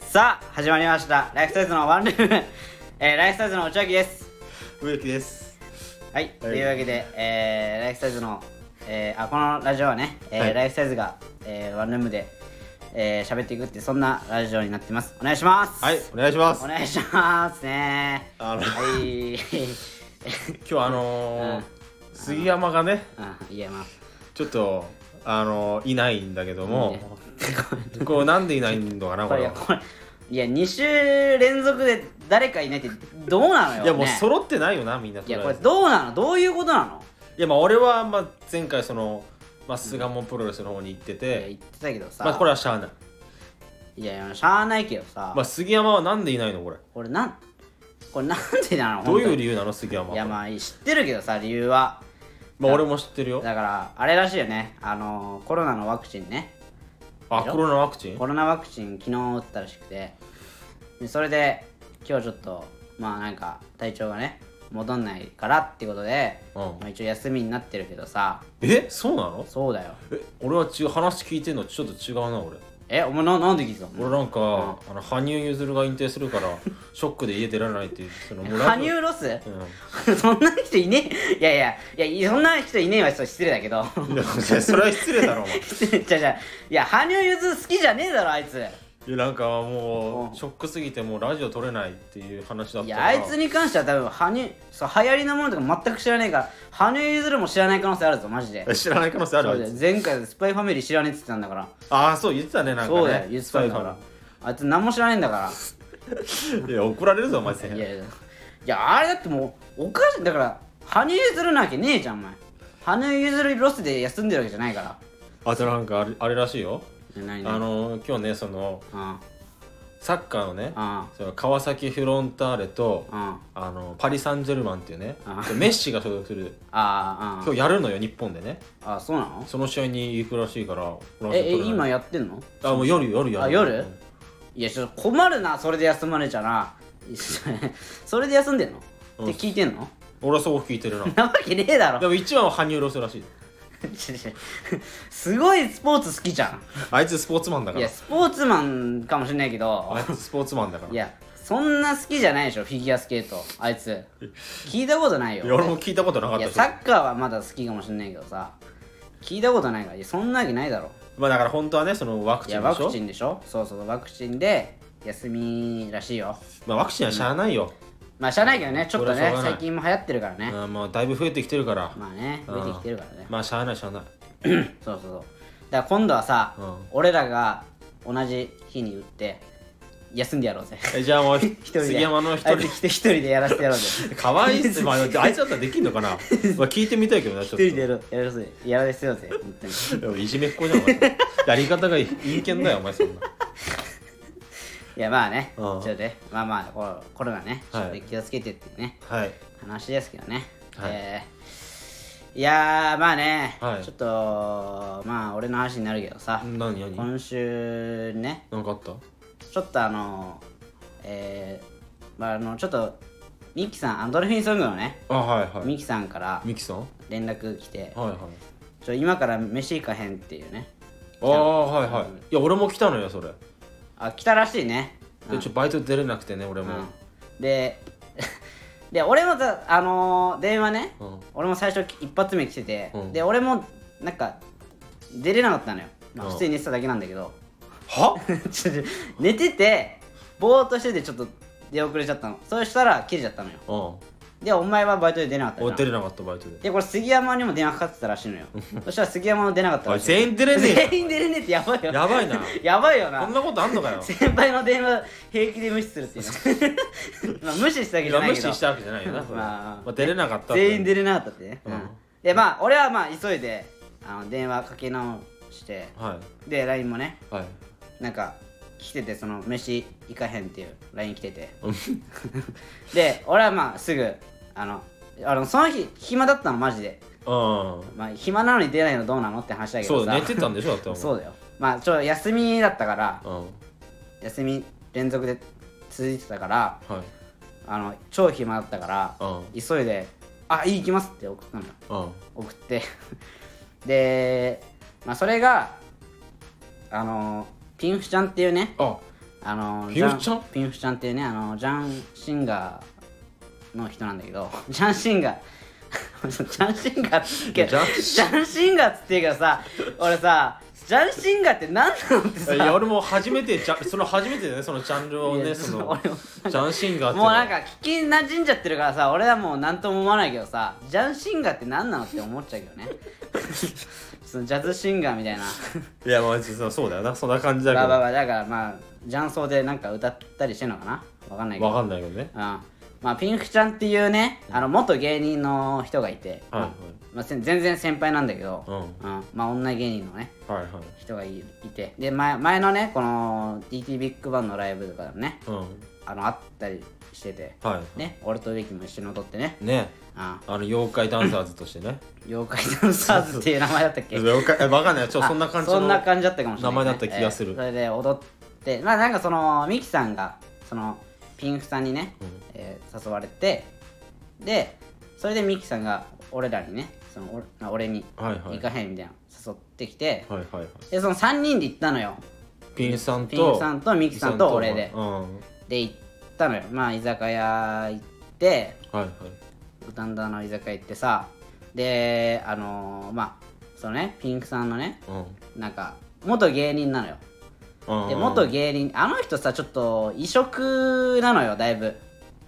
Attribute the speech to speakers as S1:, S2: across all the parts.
S1: さあ始まりましたライフサイズのワンルーム、えーライフサイズの内脇です
S2: 植木です
S1: はい、というわけで、えーライフサイズの、えーあこのラジオはね、えー
S2: はい
S1: ライフサイズが、えーワンルームでえー喋っていくってそんなラジオになってますお願いします
S2: はいお願いします
S1: お願いしますね
S2: あの
S1: はい
S2: 今日あのー
S1: うん
S2: 杉山がね
S1: あいやまあ
S2: ちょっとあのーいないんだけど
S1: いい
S2: も
S1: ね
S2: こうなんでいないのかな
S1: こ
S2: こ
S1: れ
S2: れ
S1: こ
S2: は
S1: れいや2週連続で誰かいないってどうなのよ、ね、
S2: いやもう揃ってないよなみんない
S1: や
S2: と
S1: こ
S2: りあ
S1: れ
S2: えず
S1: どうなのどういうことなの
S2: いやまあ俺はまあ前回そのまあ菅門プロレスの方に行って
S1: いや
S2: て
S1: 言ってたけどさ、
S2: まあこれはしゃあない
S1: いやいやしゃあないけどさ、
S2: まあ杉山はなんでいないのこれ
S1: これなんこれなんでなの
S2: どういう
S1: 由
S2: 理由なの杉山はい
S1: やまあ知ってるけどさ理由は
S2: まあ俺も知ってるよ
S1: だからあれらしいよねあのコロナのワクチンね
S2: あコロナワクチン
S1: コロナワクチン昨日打ったらしくてでそれで今日ちょっとまあなんか体調がね戻んないからってことで、
S2: うん
S1: まあ、一応休みになってるけどさ
S2: えそうなの
S1: そうだよ
S2: え俺は違う話聞いてんのちょっと違うな俺
S1: えお前ななんで聞いたの
S2: 俺なんか、あの羽生結弦が引退するからショックで家出られないっていうそのもうラ
S1: 羽
S2: ジオ
S1: 生ロス、
S2: うん
S1: そんな人いねえ いやいやいやそんな人いねえわそう失礼だけど
S2: いやそれは失礼だ ろお前
S1: 失礼じゃじゃいや羽生結弦好きじゃねえだろあいつ
S2: いやなんか
S1: う
S2: も
S1: ん
S2: うショックすぎてもうラジオ撮れないっていう話だっ
S1: い
S2: たか
S1: や
S2: ら
S1: あいつに関しては多分羽生そう流行りのものとか全く知らねえから羽生結弦も知らない可能性あるぞマジで
S2: え知らない可能性ある
S1: そ
S2: あ
S1: う
S2: い
S1: だよ
S2: つ
S1: 前回スパイファミリー知らねえって言ってたんだから
S2: ああそう言ってたねなんかね
S1: そうだよユースパイだからあいつ何も知らねえんだか
S2: いや怒られるぞお前
S1: らいやいやいやあれだってもうおかしいだから羽生結弦なわけねえじゃんお前羽生結弦ロスで休んでるわけじゃないから
S2: あとなんかあれあれらしいよ
S1: え何
S2: あの今日ねその
S1: あ
S2: サッカーのね
S1: あ
S2: その川崎フロンターレと
S1: あ
S2: あのパリ・サンジェルマンっていうね
S1: あ
S2: メッシが所属する
S1: ああ
S2: 今日やるのよ日本でね
S1: ああそうなの
S2: その試合に行くらしいから
S1: ええ
S2: 俺はちょっと取れな
S1: 今
S2: い
S1: やってんの
S2: あもう夜夜夜
S1: あ夜
S2: うん
S1: いやちょっと困るなそれで休まれちゃな それで休んでんの
S2: うん
S1: って聞いてんの
S2: 俺はそう聞いて るな
S1: なわけねえだ
S2: で
S1: ろ
S2: も一番は羽生ロスらしい
S1: ちょちょすごいスポーツ好きじゃ
S2: あいつスポーツマンだ
S1: ん
S2: か
S1: い
S2: ら
S1: やスポーツマンかもしれないけど
S2: あいつスポーツマンだから
S1: いやそんな好きじゃないでしょフィギュアスケートあいつ聞いたことないよ
S2: いや俺も聞いたことなかっ
S1: い
S2: た
S1: や
S2: し
S1: サッカーはまだ好きかもしれないけどさ聞いたことないからいやそんなわけないだろ
S2: まあだから本当はねそのワク
S1: い
S2: チン
S1: や
S2: で
S1: ワ
S2: し
S1: ク
S2: ょ
S1: チンでしょそうそうワクチンで休みらしいよ
S2: まあワクチンはしゃあないよ、
S1: まあしゃあないけどねちょっと
S2: これ
S1: ね
S2: はしょうがない
S1: 最近も流行ってるからね
S2: あーまあだいぶ増えてきてるから
S1: まあね
S2: うん
S1: 出てきてるからね
S2: まあしゃあないしゃあない
S1: そうそうそうだから今度はさ
S2: うん
S1: 俺らが同じ日に打って休んでやろうぜ
S2: えじゃあもう
S1: 一人で
S2: 杉山の一
S1: あい
S2: 人
S1: つ一人でやらせてや ろうぜ
S2: かわいいっす、まあ、あいつだったらできんの かな、まあ、聞いてみたいけどなちょ
S1: 一
S2: っと
S1: 人でやろうやらせやらせようぜ本当に
S2: でもいじめっ子じゃんお前やり方が陰険だよお前そんない
S1: やまあねち
S2: うん
S1: ょっとねまあまあこうコロナねちょ
S2: はい
S1: っと気をつけてっていうね
S2: はい
S1: 話ですけどね、
S2: はい
S1: えーいやーまあね、
S2: はい
S1: ちょっとまあ俺の話になるけどさ、
S2: 何何
S1: 今週ね
S2: なんかあった
S1: ちょっとあのえー、まああのちょっとミキさんアンドルフィンソングのね
S2: あはいはい
S1: ミキさんから
S2: ミキさんはい
S1: 連絡来て
S2: はい
S1: 「ちょ今から飯行かへん」っていうね
S2: ああはいはいいや俺も来たのよそれ
S1: あ来たらしいね
S2: でちょバイト出れなくてね俺も
S1: うんで で俺もさあのー電話ね、
S2: うん
S1: 俺も最初一発目来てて、
S2: うん
S1: で俺もなんか出れなかったのよ、まあ、
S2: うん
S1: 普通に寝てただけなんだけど、
S2: は
S1: ちょちょ寝ててぼーっとしててちょっと出遅れちゃったのそしたら切れちゃったのよ
S2: う
S1: でお前はバイトで出なかった
S2: ん
S1: じゃ
S2: 俺
S1: ん
S2: 出れなかったバイトで
S1: でこれ杉山にも電話かかってたらしいの よそしたら杉山も出なかった
S2: お
S1: ら
S2: い
S1: しい
S2: 全員出れね
S1: 全員出れねえってやばい
S2: え
S1: よ
S2: よやばいな
S1: やばいよ
S2: こ
S1: なん
S2: なことあんのか よ
S1: 先輩の電話平気で無視するって いうのまあ無視したわけ
S2: い
S1: じゃ
S2: や
S1: ない
S2: 無
S1: けど
S2: 視したわけじゃないよなそれ
S1: まあ
S2: まあ出れなかった
S1: 全員出
S2: れ
S1: れなかったってね、うん
S2: うん
S1: でまあ俺はまあ急いであの電話かけ直して
S2: は
S1: で LINE もね
S2: いはい
S1: なんか来ててその飯行かへんっていう LINE 来ててで俺はまあすぐあのあのその日暇だったのマジで、
S2: う
S1: まあ、暇なのに出ないのどうなのって話だ
S2: ん
S1: け
S2: そ
S1: ど
S2: う
S1: さ
S2: だ寝てたんでしょだってお前
S1: そうだよまあちょ休みだったから
S2: うん
S1: 休み連続で続いてたから
S2: はい
S1: あの超暇だったから
S2: うん
S1: 急いで「あいい行きます」って送ったのよ
S2: うん
S1: 送って で、まあ、それがあのピンフちゃんっていうね
S2: あ
S1: あの
S2: ピンフちゃん
S1: ジャピンフちゃんっていうねあのジャンシンガーの人なんだけど ジャンシンガー ジャンシンガーっつって
S2: ジ
S1: ジ
S2: ャン
S1: ャンシンガーっつって言うけどさ俺さジャンシンガーって何なのってさ
S2: いや俺も初めてじゃその初めてだねそのジャンルを
S1: い
S2: ね
S1: や
S2: その
S1: 俺も
S2: ジャンシンガーってい
S1: もうなんか聞きなじんじゃってるからさ俺はもう何とも思わないけどさジャンシンガーって何なのって思っちゃうけどね そのジャズシンガーみたいな
S2: いやまあ実はそうだよなそんな感じだ
S1: まあまあ
S2: け
S1: まあだからまあジャンソーでなんか歌ったりしてんのかなわかんないけ
S2: ど
S1: ど
S2: わかんないけどね
S1: うんまあ、ピンクちゃんっていうねあの元芸人の人がいて、
S2: はいはい
S1: まあ、せん全然先輩なんだけど、
S2: うん
S1: まあ、女芸人のね
S2: はいはい
S1: 人がいいてで前前のねこの DT ビッグバンのライブとかでもね
S2: うん
S1: あの会ったりしてて、
S2: は
S1: ね、俺と植木も一緒に踊ってね、
S2: いね
S1: あ
S2: あの妖怪ダンサーズとしてね
S1: 妖怪ダンサーズっていう名前だったっけ
S2: 妖怪えわかんないちょそんな感じ
S1: そんな
S2: の
S1: 感じだったかもしれない、
S2: 名前だった気がする
S1: えーそれで踊ってまあなんかそのミキさんがそのピンクさんにね、
S2: うん
S1: えー誘われてでそれでミキさんが俺らにねその俺まあ俺に
S2: はいは
S1: 行
S2: い
S1: かへんみたいなの誘ってきて、
S2: はいはいはい
S1: でその3人で行ったのよ
S2: ピンさんと
S1: ピンクさんとミキさんと俺
S2: ピン
S1: で
S2: さんとうん
S1: で行ったのよまあ居酒屋行って
S2: はいはい
S1: 五反田の居酒屋行ってさであのーまあそのねピンクさんのね
S2: う
S1: なんか元芸人なのよ
S2: んうん
S1: で元芸人あの人さちょっと異色なのよだいぶ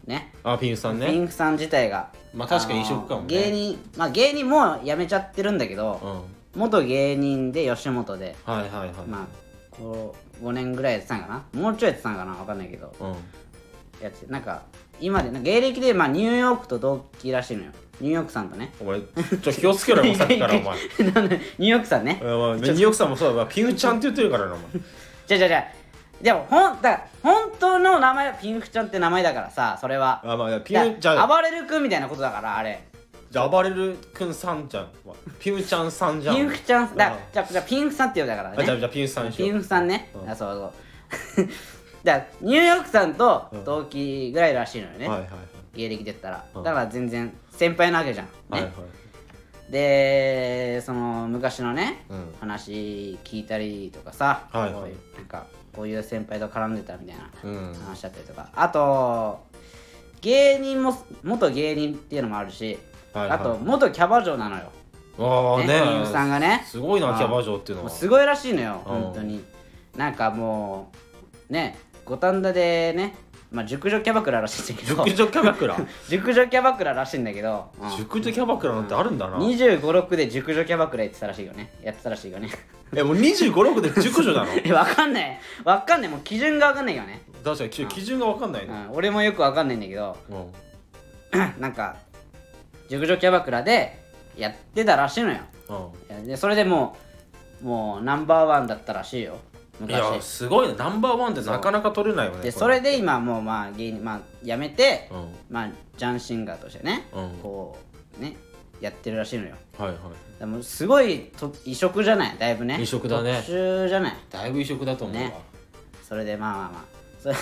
S1: ね
S2: あピンさん
S1: ピ
S2: ね
S1: ンクさん自体が
S2: まあ確かに異色か
S1: あ
S2: もね
S1: の芸人まあ芸人もう辞めちゃってるんだけ
S2: うん
S1: ど
S2: はい
S1: 元芸人で吉本で
S2: はいはい
S1: まあこう5年ぐらいやってたんかなもうちょいやってたんかなわかんないけど
S2: うん
S1: やってなんか今でなんか芸歴でまあニューヨークと同期らしいのよニューヨークさんとね
S2: お前ちょっと気をつけろよもうさっきからお 前
S1: なんでニューヨークさんね
S2: お前ニューヨークさんもそうだわピンちゃんって言ってるからなお前
S1: じゃあじゃあじゃあでもほんだから本当の名前はピンクちゃんって名前だからさそれは
S2: あまあピ
S1: だ
S2: ンじゃあ
S1: 暴れる君みたいなことだからあれ
S2: じゃあ暴れるくんさんじゃん。ピムちゃんさんじゃん。
S1: ピンクちゃんだ
S2: あ
S1: じゃあじゃあピンクさんって呼ぶだから
S2: あじゃあ
S1: ね
S2: じゃあピンさんにし
S1: ピ
S2: よ
S1: ン
S2: う。
S1: クさんね、
S2: うん
S1: あそうそう だからニューヨークさんと同期ぐらいらしいのよね、
S2: はいはい
S1: 芸歴で言ったら、
S2: うん
S1: だから全然先輩なわけじゃん、ね
S2: はい。はいはい。
S1: でその昔のね、
S2: うん
S1: 話聞いたりとかさ、
S2: はいは
S1: こう
S2: い
S1: いうなんかこういう先輩と絡んでたみたいな
S2: うん
S1: 話だったりとか、あと芸人も元芸人っていうのもあるし、
S2: はいは
S1: あ
S2: い
S1: と元キャバ嬢なのよ
S2: あ
S1: ねピンクさん
S2: あね
S1: がね
S2: すごいな
S1: あ
S2: キャバ嬢っていうの
S1: もう
S2: は。
S1: すごいらしいのよ
S2: うん
S1: 本当になんかもうね五反田でねまあ熟女キャバクラらしいんだけど
S2: 熟女キャ バクラ。
S1: 熟女キャバクラらしいんだけど、うん
S2: 熟女キャバクラなんてあるんだな。
S1: 25、6で熟女キャバクラやってたらしいよね。やってたらしいよね。
S2: えもう二十五六で熟女なの。
S1: えわかんない。わかんない。もう基準がわかんないよね。
S2: 確かにき基準がわかんないうね。
S1: ん、俺もよくわかんないんだけど、
S2: うん。
S1: なんか、熟女キャバクラでやってたらしいのよ。
S2: う
S1: でそれでもう、もうナンバーワンだったらしいよ。
S2: ん。いや
S1: 昔。
S2: すごいねナンバーワンってなかなか取れないよね。
S1: で、そ
S2: こ
S1: れで今もうまあ芸人、まあ辞めて、
S2: うん。
S1: まあジャンシンガーとしてね、
S2: うん
S1: こう、ね、やってるらしいのよ。
S2: はいはい。
S1: でもすごいと異色じゃないだいぶね。
S2: 異色だね
S1: 特殊じゃない
S2: だいぶ異色だと思うわ
S1: ね。それでまあまあまあそれ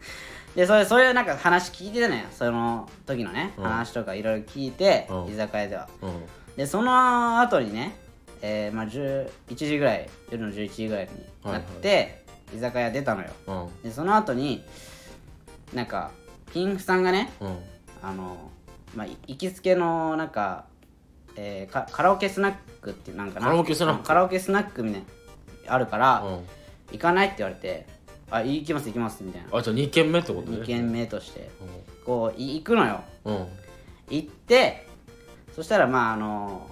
S1: でそれそういうなんか話聞いてたのよその時のね、
S2: うん
S1: 話とかいろいろ聞いて、
S2: うん
S1: 居酒屋では
S2: うん。
S1: でその後にね、えーまあ、11時ぐらい夜の11時ぐらいになって、居酒屋出たのよ
S2: うん。
S1: でその後になんかピンクさんがね
S2: うん。
S1: あの、まあ、い行きつけのなんか,、えーかカラオケスナックってなんかな
S2: カラオケスナック
S1: カラオケスナックみたいなあるから、
S2: うん。
S1: 行かないって言われて「あ行きます行きます」みたいな
S2: あじゃあ二軒目ってことね。
S1: 2軒目としてこうい行くのよ
S2: うん。うん。
S1: 行ってそしたらまああの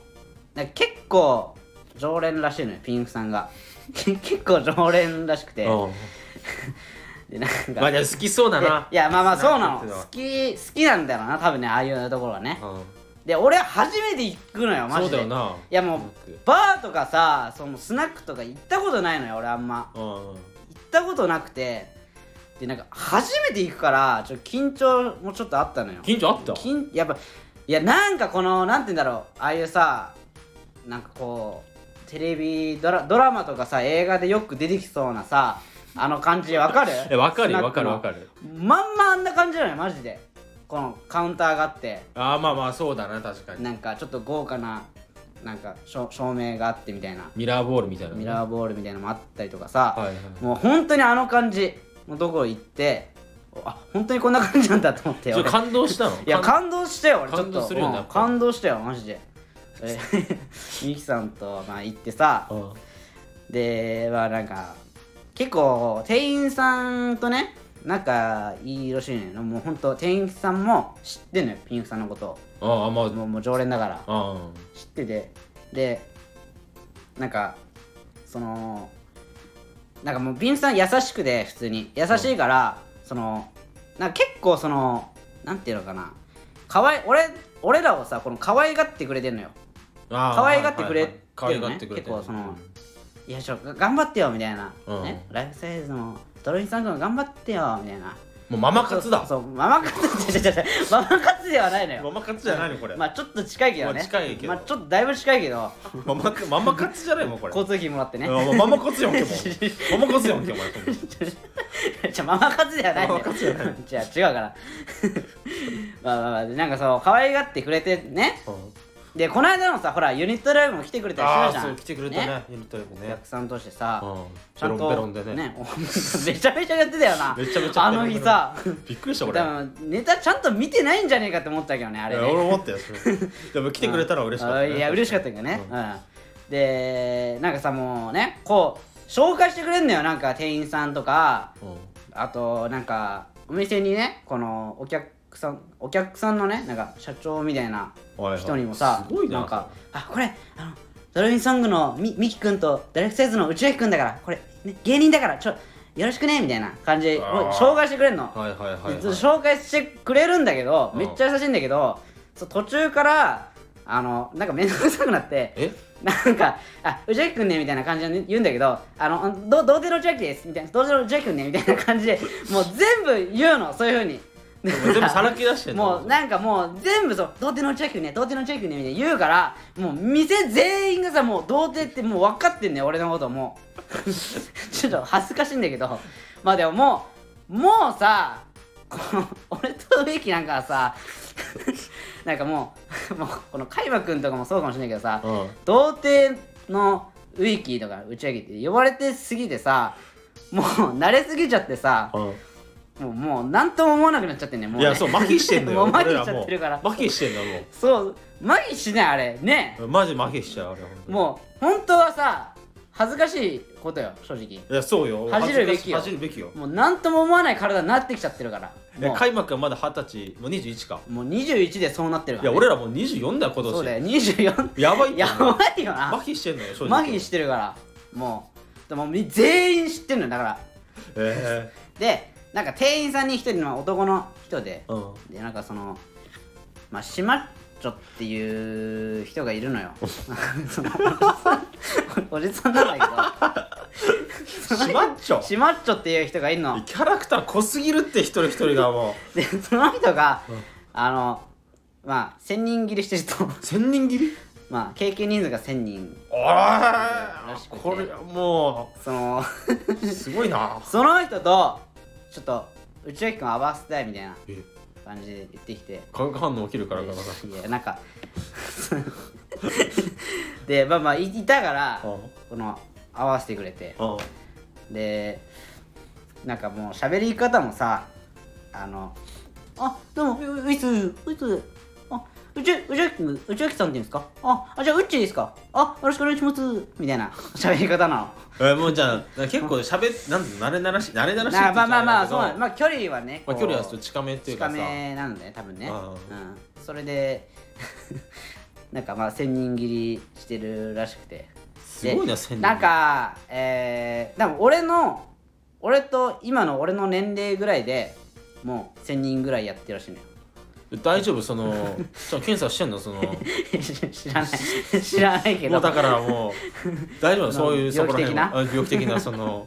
S1: なんか結構常連らしいのよピンクさんが 結構常連らしくて
S2: うん。
S1: でなんか、
S2: まあ、じゃあ好きそうだな。
S1: でいやまあまあそうな
S2: 好
S1: の
S2: きってのは
S1: 好き好きなんだろうな多分ねああいうところはね
S2: う
S1: で俺初めて行くのよ
S2: ん、
S1: マ
S2: そう
S1: ジ
S2: だ
S1: で
S2: よない
S1: やもうバーとかさそのスナックとか行ったことないのよ俺あんま
S2: うんうん
S1: 行ったことなくてでなんか初めて行くからちょっと緊張もちょっとあったのよ
S2: 近所あった
S1: 緊やっぱいやなんかこのなんて言うんだろうああいうさなんかこうテレビドラドラマとかさ映画でよく出てきそうなさあの感じわかる
S2: えわかる
S1: スナ
S2: よ
S1: ッ
S2: わ
S1: ク
S2: かる
S1: の
S2: わかる
S1: まんまあんな感じなのよマジでこのカウンターがあって
S2: ああまあまあそうだな確かに
S1: なんかちょっと豪華ななんか照照明があってみたいな
S2: ミラーボールみたいなね
S1: ミラーボールみたいなのもあったりとかさ、
S2: はいはい
S1: もう本当にあの感じのところ行ってあ本当にこんな感じなんだと思って
S2: それ
S1: 俺
S2: 感動したの
S1: いや
S2: 感
S1: 感動したよ俺ちょっと
S2: 感動するよね
S1: うん
S2: やっぱ
S1: 感動したよマジでえゆきさんと、まあ、行ってさ
S2: うん
S1: でまあなんか結構店員さんとね仲いいらしいのよもうほんと店員さんも知ってんのよピンクさんのこと
S2: ああまあ
S1: をもうもう常連だから
S2: あ
S1: 知っててでなんかそのなんかもうビンさん優しくで普通に優しいから、そのなんか結構そのなんていうのかなかわい俺俺らをさこの可愛がってくれてんのよ
S2: あ
S1: 可愛がってくれてる
S2: 可愛がってくれて
S1: 結
S2: る
S1: 構そのいやちょ頑張ってよみたいな、
S2: うん
S1: ね、ライフサイズのドロインさんも頑張ってよみたいな
S2: もうママ活だ
S1: そうそうママ活って違う違う違う ママ活ではないの
S2: マ
S1: よ
S2: マ活じゃないのこれ
S1: まあちょっと近いけどね
S2: まあ近いけど
S1: まあちょっとだいぶ近いけど
S2: ママ活ママ活じゃないもんこれ
S1: 交通費もらってね
S2: うんもうママ活やんけ もうママ活やんけお前
S1: じゃあママ活ではないんだよ
S2: ママ活じゃない
S1: じゃあ違うからまあまあまあなんかそう可愛がってくれてねでこの間のさほらユニットライブも来てくれたりして
S2: あ
S1: たじ
S2: あ
S1: ゃん
S2: そう来てくれたねユニットライブ
S1: お
S2: ね
S1: 客さんとしてさ、
S2: うん
S1: ち
S2: ペ
S1: ゃ
S2: ロ
S1: ん
S2: ン
S1: と
S2: ペロンでね
S1: お めちゃめちゃやってたよな
S2: めちゃめちゃ
S1: あの日さ
S2: びっくりした
S1: 多
S2: 俺
S1: 分ネタちゃんと見てないんじゃねえかって思ったけどねあ
S2: い
S1: れ
S2: や
S1: ね
S2: 俺思ったよそれでも来てくれたら嬉しかった
S1: あ
S2: ね
S1: いや嬉しかったけどね、うんでなんかさもうねこう紹介してくれんのよなんか店員さんとか
S2: うんうん
S1: あとなんかお店にねこのお客さんお客さんのねなんか社長みたいな
S2: はいはい
S1: 人にもさ
S2: すごい
S1: な
S2: なん
S1: か「あこれあのドルフィンソングのみみきくんとダイレクトサイズの内垣くんだからこれ、ね、芸人だからちょよろしくね」みたいな感じで
S2: あー
S1: 紹介してくれるの、
S2: はいはいはいはい
S1: で紹介してくれるんだけど
S2: うん
S1: めっちゃ優しいんだけど、そう途中からあのなんか面倒くさくなって
S2: え
S1: なんか「あ宇治くんね」みたいな感じで言うんだけど「あのど童貞の宇治です」みたいな「童貞の宇治くんね」みたいな感じでもう全部言うのそういうふうに
S2: でも全部さらけ出してんの
S1: もうなんかもう全部そう「童貞の宇治くんね童貞の宇治くんね」みたいな言うからもう店全員がさもう童貞ってもう分かってんね俺のことも うちょっと恥ずかしいんだけどまあでももうもうさこの俺と植木なんかはさ なんかもうもうこの海馬くんとかもそうかもしれないけどさ、
S2: うん
S1: 童貞のウィキーとか打ち上げて呼ばれてすぎてさもう慣れすぎちゃってさ
S2: う
S1: もうもう何とも思わなくなっちゃってんねもう
S2: んい
S1: ね
S2: やそう麻痺してんの
S1: も
S2: よ
S1: う麻
S2: 俺
S1: 痺
S2: ら
S1: しちゃってるから
S2: もう麻痺してんのも
S1: そう麻痺しないあれね
S2: うマジ麻痺しちゃうあれ本当に
S1: もう本当はさ恥ずかしいことよ正直
S2: いやそうよ
S1: 恥じるべきよ
S2: 恥じるべきよ
S1: もう何とも思わない体になってきちゃってるから
S2: え
S1: も
S2: 開幕はまだ二十歳もう21か
S1: うもう21でそうなってる
S2: い
S1: から
S2: や
S1: ね、
S2: 俺らもう24だよ今
S1: そうだ
S2: 年
S1: よ24
S2: やばいって
S1: やばいよな
S2: 麻痺してんのよ正直
S1: 麻痺してるからもうでもみ全員知ってるのよだから
S2: え
S1: でなんか店員さんに一人の男の人で
S2: えうん
S1: でなんかそのまあシマッチョっていう人がいるの よそのおじさんおじさんなんだ
S2: しまっち
S1: け
S2: ょ
S1: どシマッチョっていう人がいるの
S2: キャラクター濃すぎるって一人一人がも
S1: でその人が、
S2: うん
S1: あのまあ千人切りしてると
S2: う千人切り
S1: まあ経験人数が千人
S2: あ
S1: ら
S2: あ
S1: しくて
S2: これも
S1: その
S2: うすごいな
S1: その人とちょっと内垣君合わせたいみたいな
S2: え
S1: 感じで言ってきて
S2: 化学反応起きるからかない
S1: やなんか でまあまあいいたから
S2: うん
S1: この合わせてくれて
S2: うん
S1: でなんかもう喋り方もさあの「あどうもうういつういつあうちうちあきうちあきさんって言うんですかああじゃあうっちーですかあよろしくお願いします」みたいな喋り方なの。
S2: えもうじゃあ結構しゃべなんて慣れ慣らしい慣れ慣らしい
S1: なまあまあまあそうな
S2: ま
S1: のまあ距離はねこ
S2: あ
S1: う
S2: 距離はちょっと近めっていう
S1: 近
S2: かさ
S1: めなんだよ多分ね、
S2: う
S1: うんんそれで なんかまあ千人切りしてるらしくて
S2: すごいな千人
S1: なんかえー、多分俺の俺と今の俺の年齢ぐらいでもう千人ぐらいやってるらしいのよ
S2: 大丈夫その ちょ検査してんのその
S1: 知らな い知らないけど
S2: もうだからもう大丈夫そういう
S1: そ
S2: そ
S1: の
S2: こら辺は病気的なその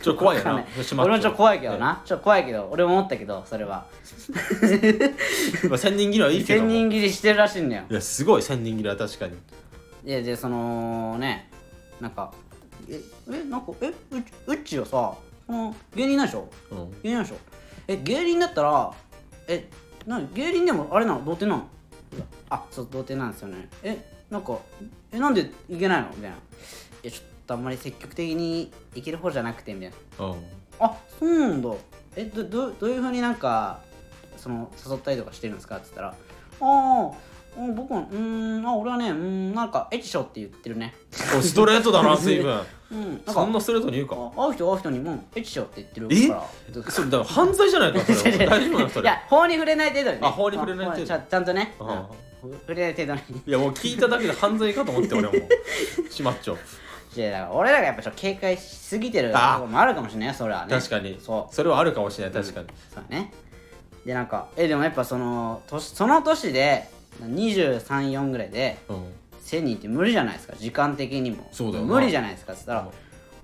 S2: ちょっと怖いよ
S1: わか
S2: なん
S1: ない
S2: 閉まっ
S1: 俺もちょっと怖いけどな、ちょっと怖いけど俺も思ったけどそれは
S2: まあ千人切りはいいけど
S1: 千
S2: もい
S1: 人切りしてるらしいのよ
S2: やすごい千人切りは確かに
S1: ででそのねなんかええなんかえうっうっちはさこの芸人なんでしょ
S2: うん
S1: 芸人なんでしょえ芸人だったらえな芸人でもあれなの童貞なのあそう童貞なんですよねえなんかえなんでいけないのみたいないやちょっとあんまり積極的にいける方じゃなくてみたいな
S2: うん
S1: あそうなんだえどどどういうふうになんかその誘ったりとかしてるんですかって言ったら「ああうん僕はうーんあ俺はねうーんなんかエッチしょって言ってるね
S2: おストレートだな随分
S1: うんなん
S2: そん
S1: か
S2: なストレートに言うか
S1: あ会う人会う人にもエッチしょって言って
S2: え
S1: るからどう
S2: それだから犯罪じゃないかそれは大丈夫なの そ
S1: い
S2: れ
S1: や法に触れない程度にね
S2: あ法に触れない程度
S1: ちゃちゃんとね、
S2: あ
S1: うん触れない程度に
S2: いやもう聞いただけで犯罪かと思って俺はもうしまっちょ
S1: いやだから俺らがやっぱちょっと警戒しすぎてると
S2: あ
S1: こもあるかもしれないよそれはね
S2: 確かに
S1: そう
S2: それはあるかもしれない確かに
S1: そうだねでなんかえでもやっぱその年その年で234ぐらいで
S2: うん
S1: 1000人って無理じゃないですか時間的にも
S2: そうだよな
S1: 無理じゃないですかっつったら、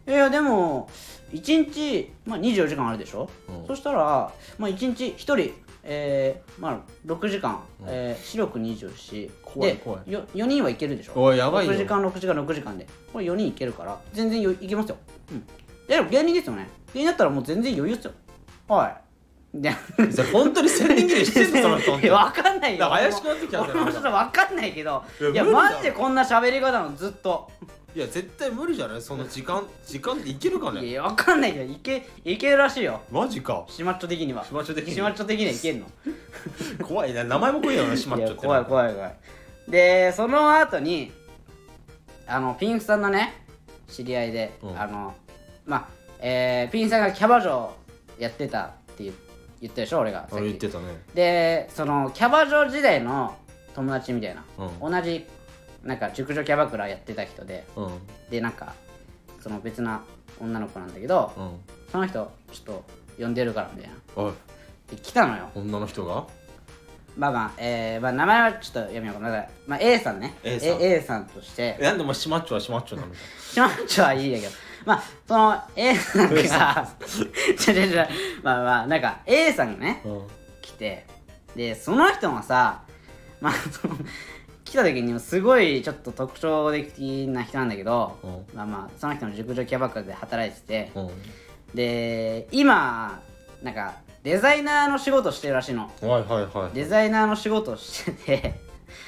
S1: いやいやでも1日、まあ、24時間あるでしょ、
S2: うん
S1: そしたら、まあ、1日1人えーまあ、6時間、えー、視力24
S2: 怖い怖
S1: でよ4人はいけるでしょ
S2: おいやばいよ
S1: 6時間6時間6時間でこれ4人いけるから全然よいけますようんでも芸人ですよね芸人だったらもう全然余裕っすよはいで
S2: それ本当に千人切りしてんのその人本当に
S1: わかん ないよ
S2: だから怪しくなってきたんだよ
S1: 俺もちょっとわかんないけど
S2: いや
S1: いや
S2: 無理だろ
S1: マジでこんな喋り方なのずっと
S2: いや絶対無理じゃないその時間時間でいけるか
S1: い
S2: ね
S1: やわかんないけどいけいけるらしいよ
S2: マジか
S1: シマッチョ的には
S2: シマッチョ的に
S1: シマッチョ的にはいけんの
S2: 怖いな名前も怖いよなしまっ
S1: い
S2: ち
S1: や
S2: ょって
S1: 怖い怖い怖いでその後にあのピンクさんのね知り合いで、
S2: うん
S1: あのまあ、えーピンさんがキャバ嬢やってたって言言ったでしょ俺がさっ
S2: 俺
S1: き
S2: 言ってたね
S1: でそのキャバ嬢時代の友達みたいな、
S2: う
S1: 同じなんか熟女キャバクラやってた人で
S2: うんう
S1: でなんかその別な女の子なんだけど、
S2: ん
S1: その人ちょっと呼んでるからみたいな
S2: おい
S1: で来たのよ
S2: 女の人が
S1: まあまあ、えーまあ、名前はちょっとやめようかな。まあ、A さんね。
S2: A さん
S1: A, A さんとして、
S2: なんでもしまっちょはしまっちょなの
S1: シマッチョはいいやけど、まあ、その A さん
S2: A さ
S1: が、 ちょちょちょ、まあまあ、なんか A さんがね、
S2: うん
S1: 来て、で、その人もさ、まあ、その 来た時にすごいちょっと特徴的な人なんだけど、
S2: う
S1: まあまあ、その人の熟女キャバクラで働いてて、
S2: うん
S1: で、今、なんか、デザイナーの仕事してるらしいの。
S2: はいはいはい
S1: デザイナーの仕事をしてて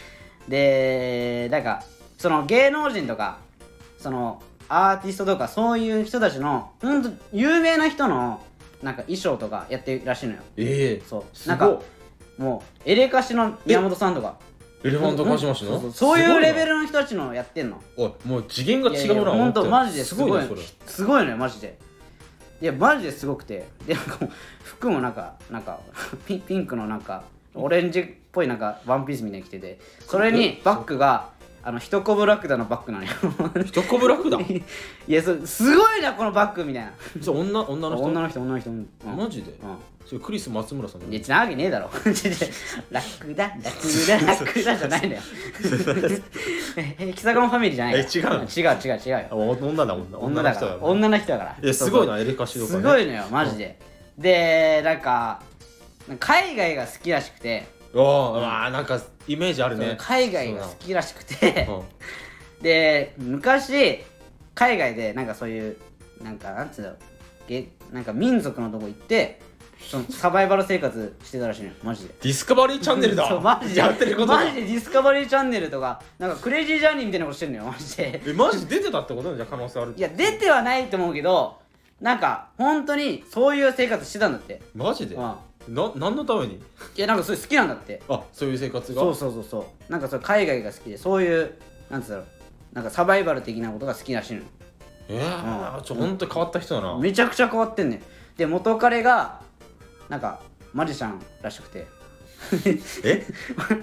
S1: でなんかその芸能人とかそのアーティストとかそういう人たちのほんと有名な人のなんか衣装とかやってるらしいのよ
S2: ええ
S1: そう
S2: す
S1: なん
S2: ごい
S1: かもうエレカシの宮本さんとか
S2: エレファントカシマシ
S1: そ
S2: の
S1: うそうそういうレベ
S2: ル
S1: ルの人たちのやってんの
S2: おいもう次元が違うな
S1: ほんと
S2: 思って
S1: マジですごい
S2: ねそれ
S1: すごいのよマジでいやマジですごくてでなんかもう服もなんかなんか ピンピンクのなんかオレンジっぽいなんかワンピースみたいに着ててそれにバッグがあの一コブラクダのバッグなのよ
S2: 一コブラクダ
S1: いやそすごいなこのバッグみたいな
S2: そう女女の人
S1: 女の人女の人、うん、
S2: マジで
S1: うん
S2: それクリス松村さんだよ
S1: いや、つなわけねえだろ。 ちょちょ楽だ、楽 だ、楽だじゃないんだよ。ヘキサゴンファミリーじゃないから。
S2: え違うの
S1: 違う違う違うよ
S2: あ。女だ女
S1: 女だ
S2: の
S1: か
S2: 人だ
S1: ら
S2: よ
S1: 女の人だから
S2: いやすごいなエレカシ
S1: そう
S2: と
S1: そ
S2: か
S1: うす
S2: ね
S1: ごいのよマジで、でなんか海外が好きらしくて、
S2: ああまあなんかイメージあるね
S1: 海外が好きらしくて
S2: そうだうん
S1: で昔海外でなんかそういうなんかなんつうんだろうげなんか民族のとこ行ってそのサバイバル生活してたらしいのよマジで
S2: ディスカバリーチャンネルだ
S1: そうマジで
S2: やってることだ
S1: マジでディスカバリーチャンネルとかなんかクレイジージャーニーみたいなことしてんのよマジ で
S2: えマジ出てたってことなんじゃ可能性ある
S1: いや出てはないと思うけどなんか本当にそういう生活してたんだって
S2: マジで
S1: うん
S2: な何のために
S1: いやなんかそれ好きなんだって
S2: あそういう生活が
S1: そうそうそうそうなんかそれ海外が好きでそういうなんつうんだろうなんかサバイバル的なことが好きらしい
S2: えーちょほんと変わった人だな
S1: のめちゃくちゃ変わってんねんで元彼がなんかマジシャンらしくて
S2: え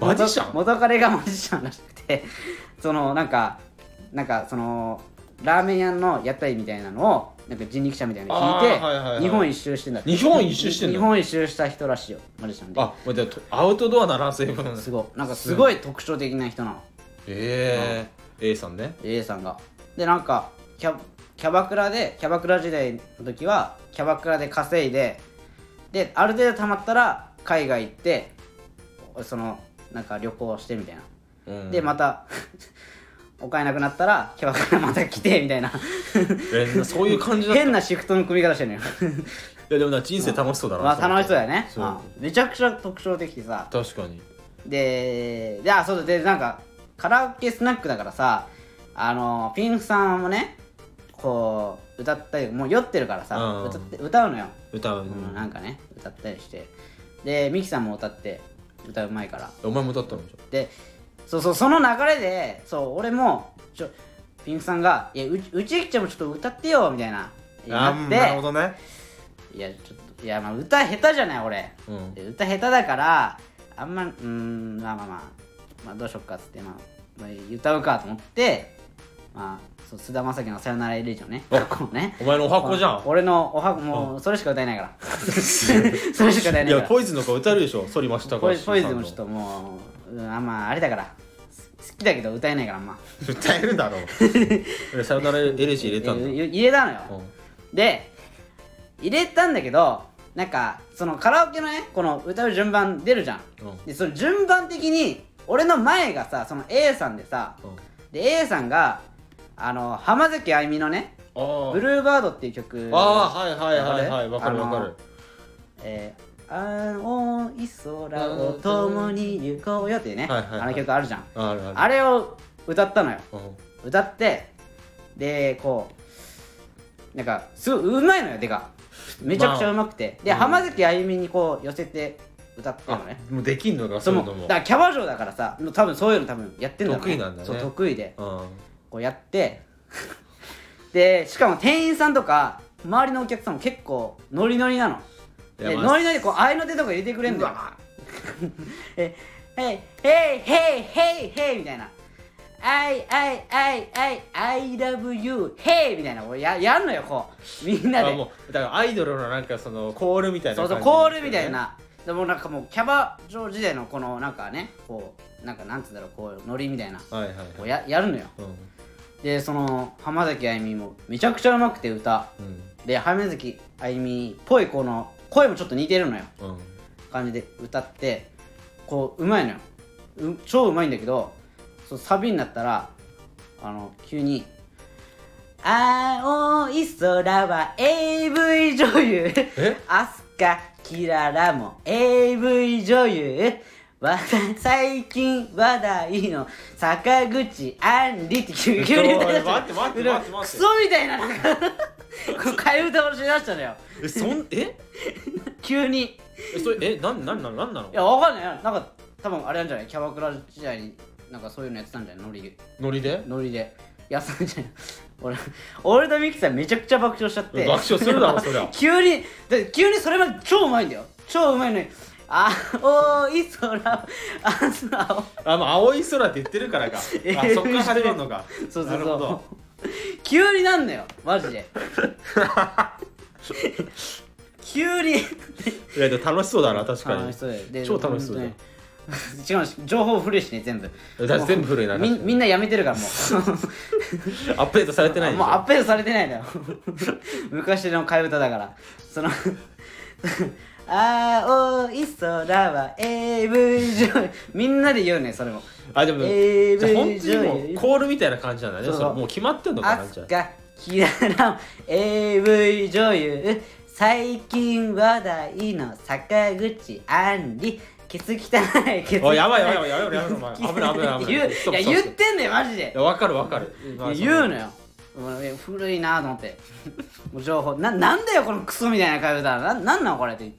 S2: マ ジシャン
S1: 元元彼がマジシャンらしくてそのなんかなんかそのラーメン屋の屋台みたいなのをなんか人力車みたいなの引いて、
S2: あーはいはいはい
S1: 日本一周してんだって
S2: 日本一周してんの
S1: 日本一周した人らしいよマジシャンで
S2: あまあじゃあとアウトドアなら成分
S1: すごいなんかすごい特徴的な人なの
S2: ええ A さんね
S1: A さんがでなんかキャキャバクラでキャバクラ時代の時はキャバクラで稼いでである程度貯まったら海外行ってそのなんか旅行してみたいな、
S2: うん
S1: でまたお金なくなったらキャバクラまた来てみたいな
S2: えそういう感じだった
S1: 変なシフトの組み方してるのよ
S2: いやでもな人生楽しそうだな
S1: ま
S2: それ
S1: あ楽しそうだよね
S2: そう
S1: うんめちゃくちゃ特徴的でさ
S2: 確かに
S1: でであそうだでなんかカラオケスナックだからさあのピンクさんもねこう歌ったりもう酔ってるからさ、
S2: うん
S1: 歌って歌うのよ、
S2: 歌う、う
S1: うん
S2: ん
S1: なんかね歌ったりしてでミキさんも歌って歌うまいから
S2: お前も歌ったのじ
S1: でそうそうその流れでそう俺もちょピンクさんが「いやうちうちゆきちゃんもちょっと歌ってよ」みたいな
S2: ゃ
S1: な
S2: あ
S1: っ
S2: ー
S1: て
S2: なるほどね
S1: いやちょっといやまあ歌下手じゃない俺
S2: うん
S1: で歌下手だからあんまうーんまあまあまあ、まあ、どうしよっかっつって、まあ、まあ歌うかと思ってまあそう菅田将暉の「さよならエレジョンね」
S2: お
S1: このね
S2: お前のお箱じゃん
S1: 俺のおはもうそれしか歌えない からそれしか歌えない
S2: い
S1: から
S2: やポイズンの顔歌えるでしょ反町
S1: ポイ
S2: 隆史さ
S1: ポ
S2: んの
S1: イズンもちょっともう、うん、あんまあれだから好きだけど歌えないからあんま
S2: 歌えるだろう俺 さよならエレジー入れたんだ
S1: え入れたのよ、で入れたんだけどなんかそのカラオケのねこの歌う順番出るじゃん
S2: うんうん
S1: でその順番的に俺の前がさその A さんでさで A さんがあの浜崎あゆみのね「
S2: あ
S1: ブ
S2: ー
S1: ルーバード」っていう曲
S2: あーはいはいはいはいわ
S1: わ
S2: か
S1: か
S2: る
S1: る
S2: わかる
S1: えー、青い空を共に行こうよっていうね、
S2: はいはいはい
S1: あの曲あるじゃん
S2: あるある
S1: あれを歌ったのよ
S2: うん
S1: 歌ってでこうなんかすごいうまいのよでかめちゃくちゃうまくて、で、
S2: うん
S1: 浜崎あゆみにこう寄せて歌ってるの
S2: あ
S1: ね
S2: もうできんのか
S1: そ
S2: そうも
S1: も
S2: そも
S1: だからキャバ嬢だからさもう多分そういうの多分やってんだろう
S2: 得意なんだね
S1: そう得意で
S2: うん
S1: こうやってでしかも店員さんとか周りのお客さんも結構ノリノリなの
S2: いや
S1: で
S2: まあ
S1: ノリノリでこう合いの手とか入れてくれん
S2: う
S1: だよ
S2: わ
S1: え、へい、へい、へい、へい、へいみたいな。I, I, I, I, I love you, hey! みたいな、俺ややんのよ、こう。みんな
S2: あ
S1: で。
S2: もうだからアイドルのなんかそのコールみたいな
S1: そう
S2: 感じ
S1: そう、コールみたいな。でもなんかもう、キャバ嬢時代のこの、なんかね、こう、なんかなんつうんだろう、こう、ノリみたいな。
S2: はいはい
S1: こうややるのよ。
S2: う
S1: で、その、浜崎あゆみも、めちゃくちゃうまくて歌。
S2: ん
S1: で、浜崎あゆみっぽい、この、声もちょっと似てるのよ。
S2: うんうん
S1: 感じで歌ってこううまいのよう超うまいんだけどそうサビになったらあの急に「青い空は AV 女優」
S2: え
S1: アスカ、キララも AV 女優。わ最近話題の坂口あんりって急急に歌い出した
S2: ちょっと待って待って待って待って
S1: クソみたいななんか こう替え歌をしだしたのよ
S2: えそんえ
S1: 急に
S2: えそれえなんなんなんなんなの
S1: いや、わかんないよ。なんか、多分あれなんじゃないキャバクラ時代に、なんかそういうのやってたんじゃないノリ、
S2: ノリで
S1: ノリで。やってたんじゃない俺、俺とミキさんめちゃくちゃ爆笑しちゃって。
S2: 爆笑するだろそりゃ
S1: 急に、だって急にそれまで超うまいんだよ。超うまいのに。あ、おい空、あ、そう。
S2: あまあ青い空って言ってるからかあそっから始まるのか
S1: そうそ
S2: な
S1: う
S2: るほ
S1: そ
S2: ど
S1: う。急になんのよ、マジで。 急に。
S2: いやでも楽しそうだな確か
S1: 楽
S2: に
S1: しそうでで
S2: 超楽しそうだ
S1: 本当に 違う情報古いしね全部
S2: だって全部古いな
S1: み
S2: 確かに
S1: みんなやめてるからも
S2: アップデートされてないうでし
S1: も
S2: ょ
S1: うアップデートされてないんだよ 昔の替え歌だからその 青い空は AV 女優みんなで言うねそれも
S2: あでも、
S1: えー
S2: じゃあ本当に
S1: え
S2: もう
S1: ー
S2: コールみたいな感じなんだね
S1: そう
S2: そ
S1: そう
S2: れもう決まってんのか
S1: ア
S2: なじ
S1: ス
S2: ゃ
S1: カキララ AV 女優最近話題の坂口あんりケツ汚いケツ汚い
S2: あおいやばいやばいやばいやばいや ばい危ない危ない危ないス
S1: 言うい
S2: トップストッ
S1: や
S2: プ
S1: 言ってんだよマジで
S2: いやわかるわかる
S1: いや言うのよもうね古いなと思って もう情報ななんだよこのクソみたいな会話だななんなのこれってい
S2: い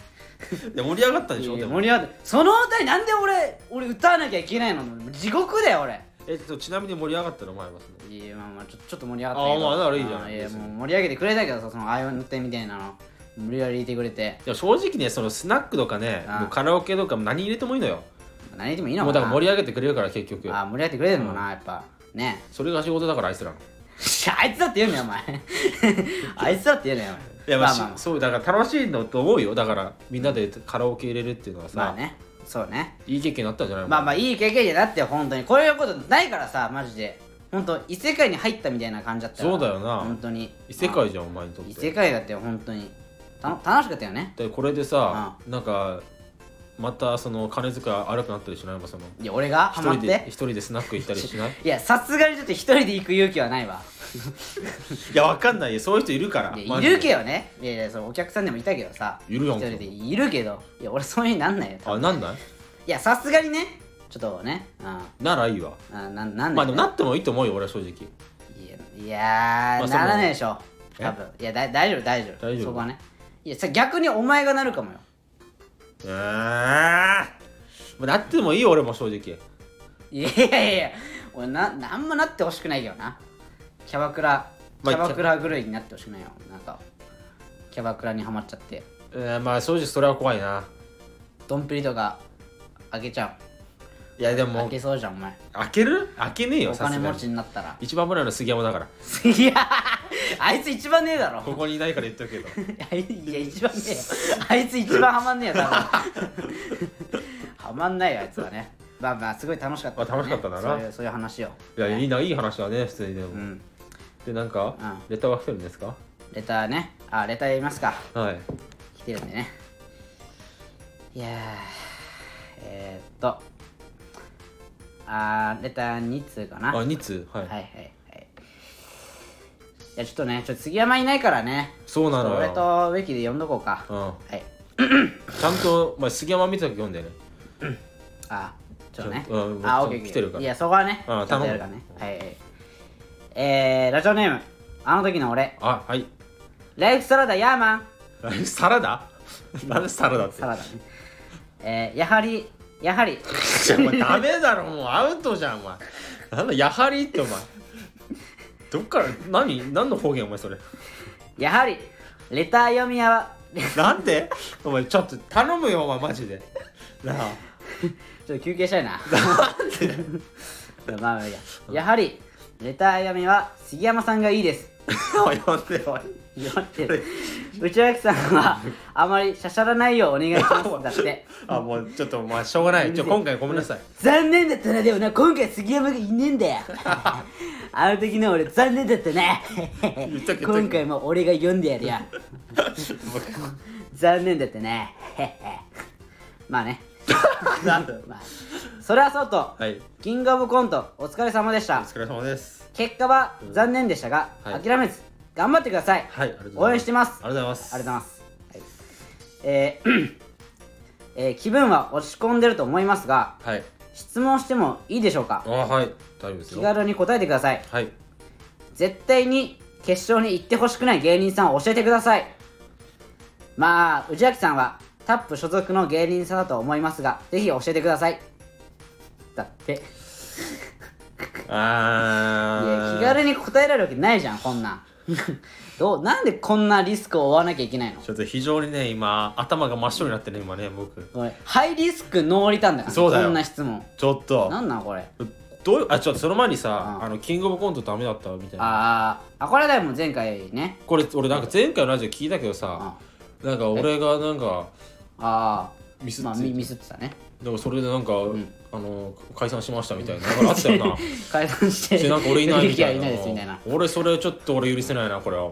S2: や盛り上がったでし
S1: や
S2: ょ
S1: い
S2: で
S1: や
S2: も
S1: 盛り上がってその歌になんで俺俺歌わなきゃいけないの地獄だよ俺
S2: えちょちなみに盛り上がったのお前はその
S1: いやまあまあちょちょっと盛り上がったけど
S2: あまあだからいいじゃん
S1: いやもう盛り上げてくれたけどさそのあいの手みたいなの無理やり入れてくれて
S2: いや正直ねそのスナックとかね
S1: ああ
S2: もうカラオケとかも何入れてもいいのよ
S1: 何でもいいの
S2: もうだから盛
S1: り
S2: り上げてくれるから結局
S1: あ盛り上げてくれてるのなやっぱね
S2: それが仕事だからあいつらの
S1: あいつだって言うのよお前 あいつだって言うのよお前
S2: いやまあしそうだから楽しいのと思うよだからみんなでカラオケ入れるっていうのは
S1: まあ
S2: さ
S1: ねそうね
S2: いい経験になったんじゃないの
S1: まあまあいい経験になってよ本当にこういうことないからさマジで本当異世界に入ったみたいな感じだったから
S2: そうだよな
S1: 本当に
S2: 異世
S1: あ
S2: 界じゃんお前にとっ
S1: 異世
S2: て
S1: 界だってよ本当にたの楽しかったよね
S2: でこれでさなんかまたその金遣い荒くなったりしないのその
S1: いや俺がハ
S2: 一
S1: マっ
S2: 人で
S1: て
S2: 一人でスナック行ったりしない
S1: いやさすがにちょっと一人で行く勇気はないわ
S2: いやわかんないよそういう人いるから
S1: いや
S2: マ
S1: い
S2: ジで
S1: るけどねいやいやそのお客さんでもいたけどさ
S2: いるやん
S1: 一人でいるけどいや俺そういうになんないよ多分
S2: あなんない
S1: いやさすがにねちょっとねあ
S2: ならいいわ
S1: あなんなん
S2: ま
S1: だ
S2: あで
S1: よね
S2: もなってもいいと思うよ俺は正直
S1: いやいやー、
S2: まあその
S1: ならないでしょ
S2: え
S1: 多分いやだ大丈夫大丈夫
S2: 大丈夫
S1: そこはねいやさ逆にお前がなるかもよ
S2: うーんなってもいいよ俺も正直
S1: いやいやいや俺ななんもなってほしくないけどなキャバクラキ
S2: まあ
S1: ャバクラ狂いになってほしくないよなんかキャバクラにはまっちゃって
S2: うーんまあ正直それは怖いな
S1: ドンピリとか開けちゃ
S2: いやで
S1: う開
S2: も
S1: けそうじゃんお前
S2: 開ける開けねえよ
S1: お
S2: さ
S1: 金
S2: すが
S1: 持
S2: に
S1: ちになったら
S2: 一番村の杉山だから
S1: いやあいつ一番ねえだろ
S2: ここにいないから言っとくけど
S1: あい いや一番ねえよあいつ一番ハマんねえよ多分 ハマんないよあいつはねまあまあすごい楽しかった、ね、
S2: まあ楽しかっただな
S1: そういうそういう話を
S2: いやいいないい話だね普通にでも、
S1: うん
S2: でなんか、
S1: うん
S2: レターは来てるんですか
S1: レターねあレター読みますか
S2: はい
S1: 来てるんでねいやーえー、っとあーレター2通かな
S2: あ
S1: はい
S2: 2通はい、
S1: はいはいいやちょっとねちょっと杉山いないからね
S2: そうなのよ
S1: 俺と植木で読んどこうか、
S2: うん
S1: はい
S2: ちゃんと、まあ、杉山見てたけ読んでね
S1: あちょっとね。
S2: ちょうん
S1: あ、
S2: ちょ
S1: オッケーオッケー。
S2: 来てるから
S1: いや、そこはね。
S2: うん
S1: ちゃんとやるからね。はいはい。えー、ラジオネーム、あの時の俺、
S2: あはい
S1: レイフサラダヤーマン。
S2: サラダ なんでサラダって
S1: サラダね。えー、やはり、やはり、
S2: じゃあお前ダメだろもうアウトじゃんお前なんだやはりってお前どっから何何の方言お前それ
S1: やはり、レター読み屋は、
S2: なんてお前ちょっと頼むよお前マジでなあ
S1: ちょっと休憩したいな。まあまあいいや。やはり、レター読みは、杉山さんがいい です。
S2: おい呼んでおい
S1: 弱ってる。内脇さんは、あまりしゃしゃらないようお願いします。だって。
S2: あもうちょっとまあしょうがないちょ今回ごめん なさい
S1: 残念だったなでもな今回杉山がいねえん だよあの時の俺残念だったな
S2: っとけ言っとけ
S1: 今回も俺が読んでやるよ残念だったな まあね
S2: なんだよ
S1: まあそれはそうと、
S2: はい
S1: キングオブコントお疲れ様でし
S2: お
S1: た
S2: 疲れ様です
S1: 結果は残念でしたが、
S2: はい
S1: 諦めず頑張ってください、
S2: はいありがとうございます
S1: 応援してます
S2: ありがとうございます
S1: ありがとうございます、はいえー えー気分は落ち込んでると思いますが
S2: はい
S1: 質問してもいいでしょうか
S2: あはい大丈夫です
S1: 気
S2: よ
S1: 軽に答えてください
S2: はい
S1: 絶対に決勝に行ってほしくない芸人さんを教えてくださいまあ宇治明さんはタップ所属の芸人さんだと思いますがぜひ教えてくださいだってい
S2: あー
S1: や気軽に答えられるわけないじゃんこんなん どうなんでこんなリスクを負わなきゃいけないの
S2: ちょっと非常にね今頭が真っ白になってるね今ね僕
S1: これハイリスクノーリターンだから
S2: そうだよ
S1: こんな質問
S2: ちょっと
S1: なんなんこれ
S2: どういうあちょっとその前にさ、
S1: うん
S2: あのキングオブコントダメだったみたいな
S1: あーあこれでも前回ね
S2: これ俺なんか前回のラジオ聞いたけどさ、なんか俺がなんか
S1: あ
S2: ミス
S1: あ
S2: っ
S1: まあ
S2: て、
S1: ミミスってたね
S2: でもそれでなんか、あの解散しましたみたいななんかあったよな
S1: 解散して
S2: でなんか俺いないみたい
S1: い
S2: な
S1: ないですみたいな
S2: 俺それちょっと俺許せないなこれは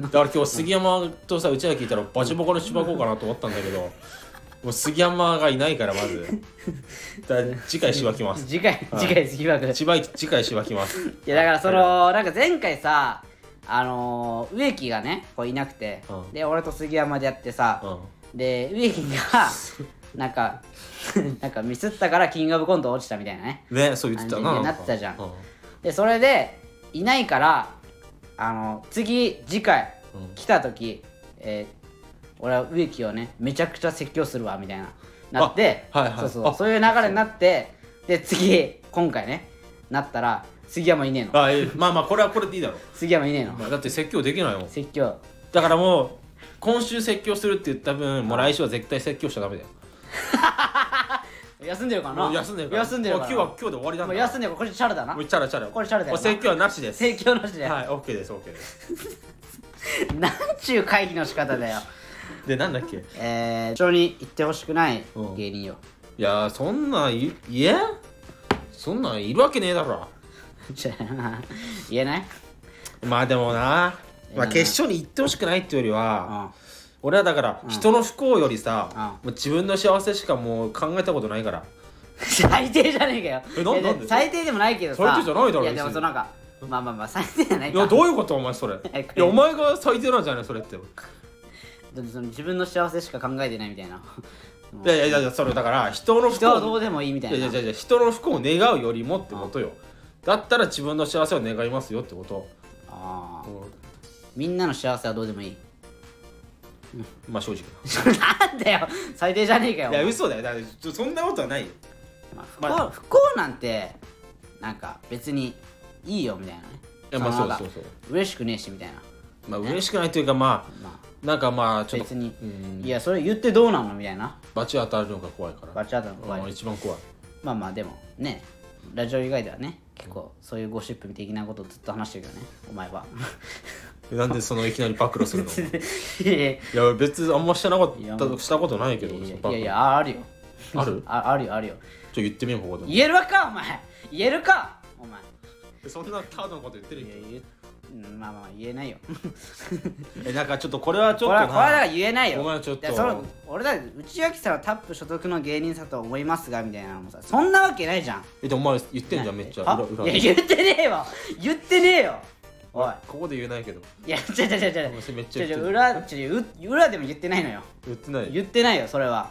S2: だから今日杉山とさうちら聞いたらバチボコの芝こうかなと思ったんだけどもう杉山がいないからまず だから次回しばきます
S1: 次回次回 杉枠
S2: 次回次回しばきます
S1: いやだからそのなんか前回さあのー植木がねこういなくて、
S2: うん
S1: で俺と杉山でやってさ、
S2: うん
S1: で植木がなんか なんかミスったからキングオブコント落ちたみたいなね
S2: ねそう言ってたな
S1: 感じで
S2: んか
S1: なってたじゃん
S2: うん
S1: でそれでいないからあの次次回
S2: うん
S1: 来た時、えー俺は植木をねめちゃくちゃ説教するわみたいななって、
S2: あはいはい
S1: そうそ
S2: あ
S1: うそういう流れになってで次今回ねなったら杉山いねえの
S2: あえまあまあこれはこれでいいだろ
S1: 杉山いねえの
S2: う、まあだって説教できないもん
S1: 説教
S2: だからもう今週説教するって言った分もう来週は絶対説教しちゃダメだよ
S1: 休んでるかな
S2: もう休んでるから
S1: 休んでる
S2: も
S1: か
S2: う
S1: ら
S2: 今日は今日で終わりなん
S1: も
S2: だ
S1: う休んでるこれチャラだな
S2: もうチャラチャラ
S1: これチャラだよ
S2: もう説教はなしです
S1: 請求のしで、
S2: はい OK です OK です
S1: なんちゅう会議の仕方だよ
S2: でなんだっけい
S1: えー、人に言ってほしくない
S2: うん
S1: 芸人よ、
S2: やーそんなんいいえそんなんいるわけねえだろ
S1: じゃあ言えない、
S2: まあでもなまあ決勝に行ってほしくないっていうよりは、
S1: うん、
S2: 俺はだから人の不幸よりさ、
S1: うん
S2: もう自分の幸せしかもう考えたことないから
S1: 最低じゃねえかよ
S2: えない
S1: や
S2: なんで
S1: 最低でもないけどさ
S2: 最低じゃないだろ
S1: いやでも
S2: 別に
S1: そのなんかまあまあまあ最低じゃない
S2: い
S1: か
S2: やどういうことお前 それ
S1: え
S2: い
S1: これ
S2: やお前が最低なんじゃないそれって
S1: だってその自分の幸せしか考えてないみ たいな
S2: いやいやいやいやそれだから人の不幸
S1: 人はどうでもいいみたい
S2: い
S1: な
S2: やいやいや人の不幸を願うよりもってことよ、だったら自分の幸せを願いますよってこと、
S1: ああ
S2: う
S1: みんなの幸せはどうでもいい
S2: んまあ正直
S1: なんだよ最低じゃねえかよ
S2: ないや嘘だよだからちょそんなことはないよ
S1: まあ不
S2: ま
S1: 幸
S2: あ
S1: 不幸なんてなんか別にいいよみたいなね
S2: いやまあ
S1: のなんか
S2: そうそう
S1: 嬉しくねえしみたいな
S2: まあ嬉しくないというかま
S1: まあ
S2: あなんかまあちょっと
S1: 別に
S2: うん
S1: いやそれ言ってどうなのみたいな
S2: バチ当たるのが怖いから
S1: バチ当たるの怖い
S2: うん一番怖い
S1: まあまあでもねラジオ以外ではね結構そういうゴシップ的なことをずっと話してるけどねお前 は
S2: えなんでそのいきなり暴露するのい
S1: いやいや
S2: や別にあんましてなかっ
S1: いやも
S2: たしたことないけど
S1: い
S2: その
S1: やいや
S2: 暴露
S1: いやああるよ
S2: ある
S1: ああるよあるよ
S2: ちょ言ってみようここでも
S1: 言えるわかお前言えるかお前
S2: そんなカードのこと言ってる
S1: いや言えうんまあまあ言えないよ
S2: えなんかちょっとこれはちょっ
S1: ことれは
S2: な
S1: これはだから言えないよ
S2: お前ちょっと
S1: いやその俺だって内垣さんはタップ所属の芸人さんと思いますがみたいなのもさそんなわけないじゃん
S2: えでもお前言ってんじゃんめっちゃ
S1: あ
S2: 裏裏
S1: いや言ってねえわ言ってねえよおい
S2: ここで言えないけど
S1: いや違う違う違う違
S2: お前
S1: う
S2: めっち
S1: 違う違
S2: ゃ言ってる
S1: う裏違うう裏でも言ってないのよ
S2: 言ってない
S1: 言ってないよそれは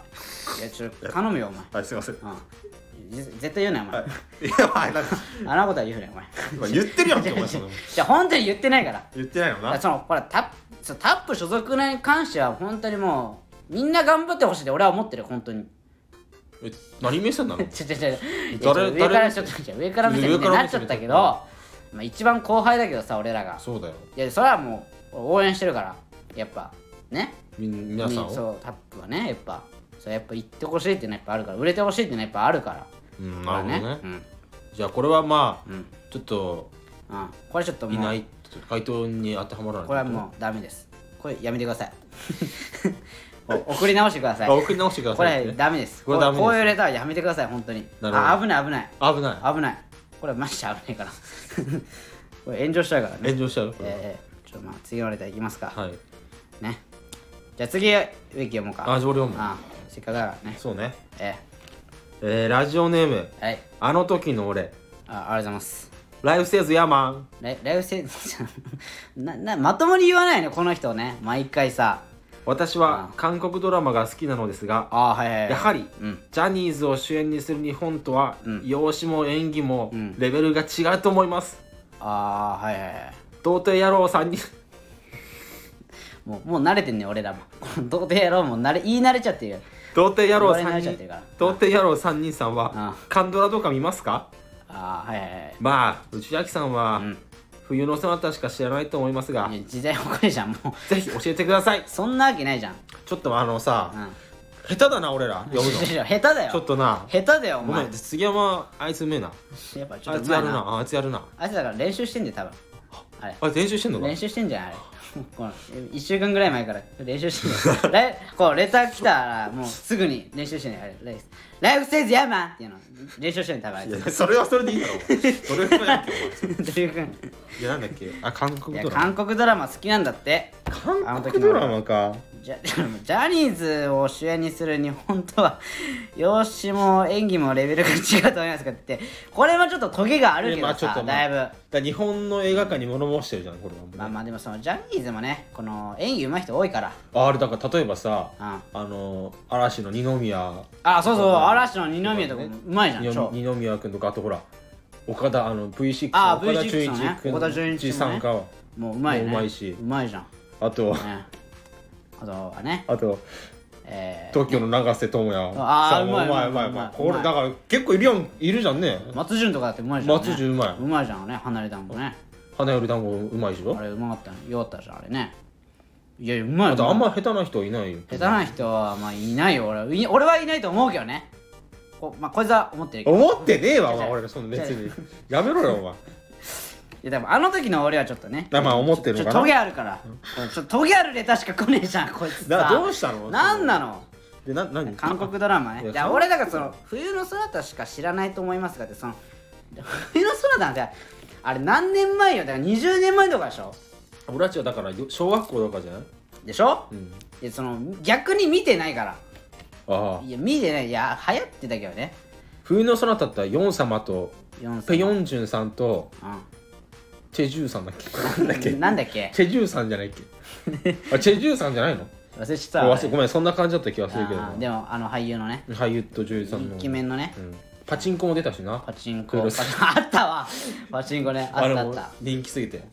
S1: いやちょっと頼むよお前
S2: はいすいません
S1: うんぜ絶対言うなよお前、
S2: いやまあなんか
S1: あのことは言うなよお前
S2: まあ言って るやんけお前その
S1: じゃあ本当に言ってないから
S2: 言ってないの
S1: だからそのほらタップそのタップ所属に関しては本当にもうみんな頑張ってほしいって俺は思ってる本当に
S2: え何目線なの
S1: ちょちょちょいやちょ
S2: 誰
S1: 上から
S2: 誰
S1: ちょっと上から見てみたい
S2: 上
S1: に
S2: から
S1: なっ
S2: 見
S1: ち
S2: て
S1: ゃ
S2: み
S1: ったた
S2: い
S1: けど、まあ、一番後輩だけどさ俺らが
S2: そうだよ
S1: いやそれはもう応援してるからやっぱね
S2: み皆さん
S1: み
S2: を
S1: そうタップはねやっぱそうやっぱ行ってほしいっていうのはやっぱあるから売れてほしいっていうのはやっぱあるから
S2: うんな
S1: まあ
S2: るほどね
S1: うん
S2: じゃあこれはまあ
S1: ん
S2: ちょっと
S1: うん、これちょっともう
S2: いないちょっと回答に当てはまらない
S1: これはもうダメですこれやめてください お送り直してください
S2: あ送り直してくだ
S1: こ
S2: さい
S1: れ
S2: ね
S1: ダメです
S2: これダメです
S1: こういうレターはやめてください本当に
S2: なるほど
S1: あ危ない危ない
S2: 危な
S1: 危ないこれマジで危ないから これ炎上しちゃうから
S2: い
S1: ね
S2: 炎上しちゃうこれ
S1: えー、ちょっとまあ次のレターいきますか、
S2: はい
S1: ねじゃあ次植木読もうか
S2: あじゃあ俺読む
S1: あせっかくだからね
S2: そうね
S1: え
S2: えーラジオネーム
S1: ー、はい
S2: あの時の俺
S1: あありがとうございます
S2: ライフセーズヤーマン
S1: ライライフセンス ななまともに言わないのこの人ね毎回さ
S2: 私は韓国ドラマが好きなのですが
S1: あーはいはいはい
S2: やはり
S1: うん
S2: ジャニーズを主演にする日本とは容姿も演技も
S1: ん
S2: レベルが違うと思います
S1: ああはいはいはい
S2: 童貞野郎 さんに
S1: もうもう慣れてんね俺らも どうでやろうもう慣れ言い慣れちゃってるよ
S2: 童貞野郎
S1: 言われ慣
S2: 3
S1: れちゃって
S2: 人
S1: るから
S2: 童貞野郎3人さん
S1: あ
S2: はカンドラとか見ますか
S1: ああはいはいはい
S2: まあ内明さんは
S1: ん
S2: 冬のそなたしか知らないと思いますが
S1: いや時代遅れじゃんもう
S2: ぜひ教えてください
S1: そんなわけないじゃん、
S2: ちょっとあの
S1: う
S2: さ
S1: ん、
S2: 下手だな俺ら読むのち
S1: 下手だよ
S2: ょっとな
S1: 下手だよお
S2: ご
S1: 前
S2: めん杉山あいつうめえな
S1: やっぱちょ
S2: あ
S1: っ
S2: い
S1: とう
S2: つ
S1: ま
S2: や
S1: い
S2: る
S1: な
S2: なあいつやるな
S1: あいつだから練習してんだよ多分あれ
S2: あれ練習してんのか
S1: 練習してんじゃんあれ この1週間ぐらい前から練習してんだよレこうレター来たらもうすぐに練習してんだよあれライフライフセージヤーマンっていうの練習してんだよ多分あい
S2: い
S1: つ
S2: やそれはそれでいいだろお前 それはそれでいいよお前
S1: というか
S2: いやなんだっけあ韓
S1: い
S2: 国
S1: や
S2: ドラマ
S1: 韓国ドラマ好きなんだってあの
S2: 韓
S1: 時
S2: 国
S1: の
S2: ドラマか
S1: ジャジャニーズを主演にする日本とは容姿も演技もレベルが違うと思いますかってこれはちょっとトゲがあるけ
S2: まあ
S1: ど
S2: ちょっ
S1: さ
S2: とま
S1: だ
S2: あ
S1: いぶ
S2: だから日本の映画館に物申してるじゃんこれはもうね
S1: まあまあでもそのジャニーズもねこの演技上手い人多いから
S2: ああれだから例えばさ
S1: あ
S2: あの嵐の二宮
S1: あそうそう嵐の二宮とかもうまいじゃん
S2: 二
S1: 超
S2: 二宮君とかあとほら岡田あの V6
S1: あ
S2: の
S1: ー
S2: 岡田
S1: V6
S2: 准
S1: のね
S2: 一君
S1: 岡田准一もね
S2: さんか
S1: もううまいね
S2: もううまいし
S1: うまいじゃん、ね、
S2: あと
S1: あとはね
S2: あと
S1: えー
S2: 東京の永瀬智也
S1: あー
S2: さんも
S1: うまいう
S2: まいうう
S1: ま
S2: ま
S1: いう
S2: いうう
S1: まい
S2: まいこれ
S1: うまい
S2: だから結構いるやんいるじゃんね
S1: 松潤とかだってうまいじゃん、ね、
S2: 松潤うまいう
S1: まいじゃんね離れたのもね
S2: 花より団子うまいでしょ
S1: あれうまかったのよかったじゃんあれねいやうまいよ
S2: あとあんま下手な人いないよ
S1: 下手な人はまあいないよ俺はい俺はいないと思うけどねこ,、まあ、こいつは思ってるけどい
S2: 思ってねえわお
S1: 違う
S2: 前
S1: 違う
S2: 俺らその別
S1: 違
S2: にやめろよお前
S1: やでもあの時の俺はちょっとね
S2: あまあ思ってる
S1: ち
S2: の
S1: ょっと
S2: かな
S1: トゲあるから、ちょっとトゲあるレタしか来ねえじゃんこいつ
S2: だ
S1: さ
S2: からどうしたの
S1: なんなの
S2: でな何
S1: 韓国ドラマ
S2: い
S1: ね
S2: や
S1: いや
S2: 韓国
S1: 俺だからその冬の空だしか知らないと思いますがってその冬の空なんてあれ何年前よだから20年前とかでしょ
S2: 俺たちはだからよ小学校とかじゃない
S1: でしょ、
S2: うん
S1: いやその逆に見てないから
S2: ああ
S1: いや見てないいや流行ってたけどね
S2: 冬の空だったらヨン様と
S1: 4
S2: ペヨンジュンさんとチェジュさんだっけなんだっけ
S1: なんだっけ
S2: チェジュさんじゃないっ けあチェジュさんじゃないの
S1: 忘れちゃったわ
S2: 忘れごめんそんな感じだった気がするけど
S1: あーでもあの俳優のね
S2: ハリウッド女優さんの
S1: イケメンのね、
S2: うんパチンコも出たしな
S1: パチンコ
S2: 黒
S1: パ
S2: い
S1: チンあったわパチンコねあったあっ
S2: も
S1: た
S2: 人気すぎて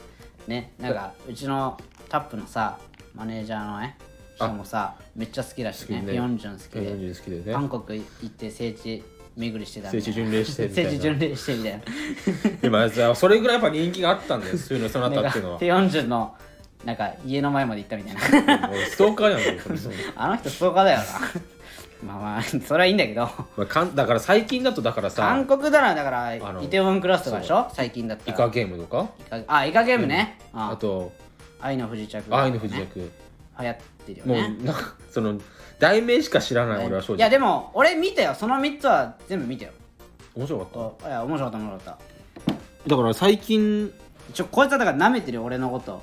S1: ねなんかうちのタップのさマネージャーのね
S2: あ
S1: 人もさめっちゃ好きだし
S2: 好
S1: ね
S2: き
S1: ピ
S2: ね
S1: ョンジュン好き
S2: 日本
S1: で
S2: 人好きで
S1: 韓
S2: ね
S1: 国行って聖地巡りしてたみたい
S2: 聖
S1: な
S2: 地巡礼してみた
S1: 聖
S2: いな
S1: 地巡礼してみたいな
S2: 今さそれぐらいやっぱ人気があったんだよそういうのその
S1: なん
S2: 後
S1: か
S2: っていうのは
S1: ピョンジュンのなんか家の前まで行ったみたいな
S2: もうストーカーやんもうそれ
S1: あの人ストーカーだよなまあまあそれはいいんだけど
S2: まあかんだから最近だとだからさ
S1: 韓国だなだからイ
S2: の
S1: テウォンクラスとかでしょ最近だった
S2: イ
S1: ら
S2: カゲームとか
S1: イカあイカゲームね、あ
S2: あと
S1: 愛の不時着、ね、
S2: 愛の不時着
S1: 流行ってるよ
S2: もう
S1: ね
S2: なんかその題名しか知らない俺は正
S1: いや
S2: 直
S1: でも俺見たよその3つは全部見たよ
S2: 面白かっ
S1: あいや面白かった面白かった
S2: だから最近
S1: たちょこいつはだから舐めてるよ俺のこと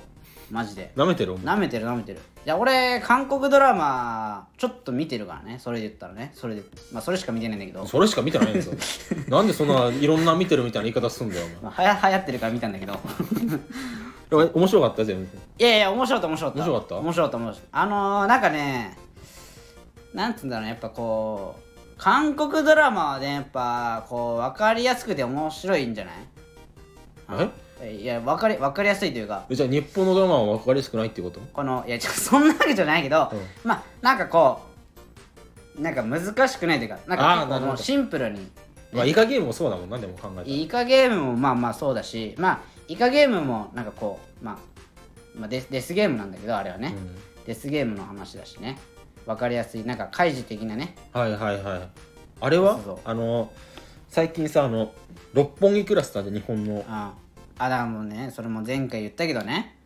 S1: マジで
S2: 舐めてるお前
S1: 舐めてる舐めてるいや俺韓国ドラマちょっと見てるからねそれで言ったらねそれでまあそれしか見てないんだけど
S2: それしか見てないんですよ なんでそんないろんな見てるみたいな言い方すんだよ
S1: まあ、はや流行ってるから見たんだけど
S2: お前面白かった全部
S1: いやいや面白かった面白かった
S2: 面白かった
S1: 面白かった面白かったあのー、なんかねなんつうんだろうねやっぱこう韓国ドラマはねやっぱこう分かりやすくて面白いんじゃない
S2: え
S1: えいや分かり分かりやすいというか
S2: えじゃあ日本のドラマは分かりやすくないってこと
S1: このいやちょそんなわけじゃないけど、
S2: う
S1: まあなんかこうなんか難しくないというかなん
S2: あー
S1: か結構
S2: なるほ
S1: も
S2: ど
S1: うシンプルに
S2: まあイカゲームもそうだもんなでも考え
S1: イカゲームもまあまあそうだしまあイカゲームもなんかこうまあ、まあ、デスデスゲームなんだけどあれはね、
S2: ん
S1: デスゲームの話だしね分かりやすいなんか開示的なね
S2: たらはいはいはいあれは
S1: そうそう
S2: あの最近さあの六本木クラスターで日本の
S1: ああだからもうねそれも前回言ったけどね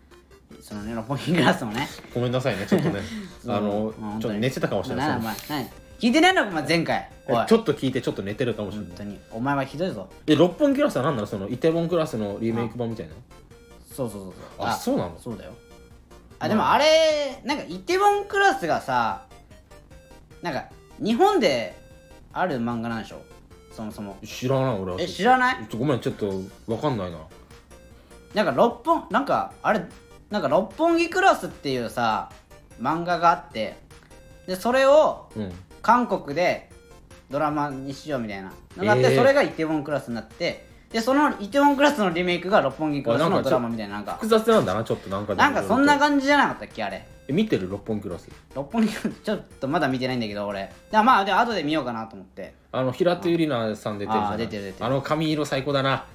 S1: そのね六本木クラスのね
S2: ごめんなさいねちょっ とね
S1: そう
S2: あの
S1: まあ本
S2: ち
S1: 当
S2: ょっと
S1: に
S2: 寝てたかもしれ
S1: な
S2: ない
S1: お
S2: い
S1: 前何聞いてないのかお前前回おい
S2: ちょっと聞いてちょっと寝てるかもしれ
S1: 本
S2: な
S1: 当
S2: い
S1: にお前はひどいぞ
S2: え六本木クラスターなんなのそのイテウォンクラスのリメイク版みたいな
S1: そうそうそうそう
S2: あそうなの
S1: そうだよあでもあれなんかイテウォンクラスがさなんか日本である漫画なんでしょそもそも
S2: 知らない俺は
S1: え知らない
S2: ちょごめんちょっと分かんないな
S1: なんか六本なんかあれなんか六本木クラスっていうさ漫画があってでそれを
S2: うん
S1: 韓国でドラマにしようみたいなのがあって、
S2: えー
S1: それがイテウォンクラスになってでそのイテウォンクラスのリメイクが六本木クラス
S2: あなん
S1: の
S2: かちょ
S1: ドラマみたいななんか
S2: 複雑なんだなちょっとなんか
S1: なんかそんな感じじゃなかったっけあれ
S2: え見てる六本木クラス
S1: 六本木ちょっとまだ見てないんだけど俺だまあで後で見ようかなと思って
S2: あの平手友梨奈さん出てるじゃ
S1: あ
S2: ん
S1: 出てる出てる
S2: あの髪色最高だな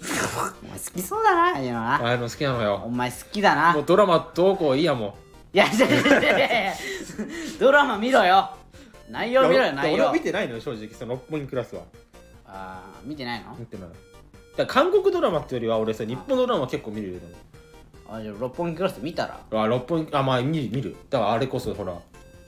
S1: お前好きそうだな今
S2: あ
S1: な
S2: あいうの好きなの
S1: お
S2: よ
S1: 前好きだ
S2: もう
S1: な
S2: ドラマどうこういいやも
S1: いやいやいやいやいやいやドラマ見ろよ内
S2: う
S1: 容見ろ
S2: いや
S1: よ内
S2: 俺
S1: 容
S2: は見てないのよ正直その六本木クラスは
S1: あー見てないの
S2: 見てないだから韓国ドラマってよりは俺さ日本のドラマ結構見るよ
S1: あじゃあ六本木クラス見たら
S2: あ六本木あまあ見る見るだからあれこそほら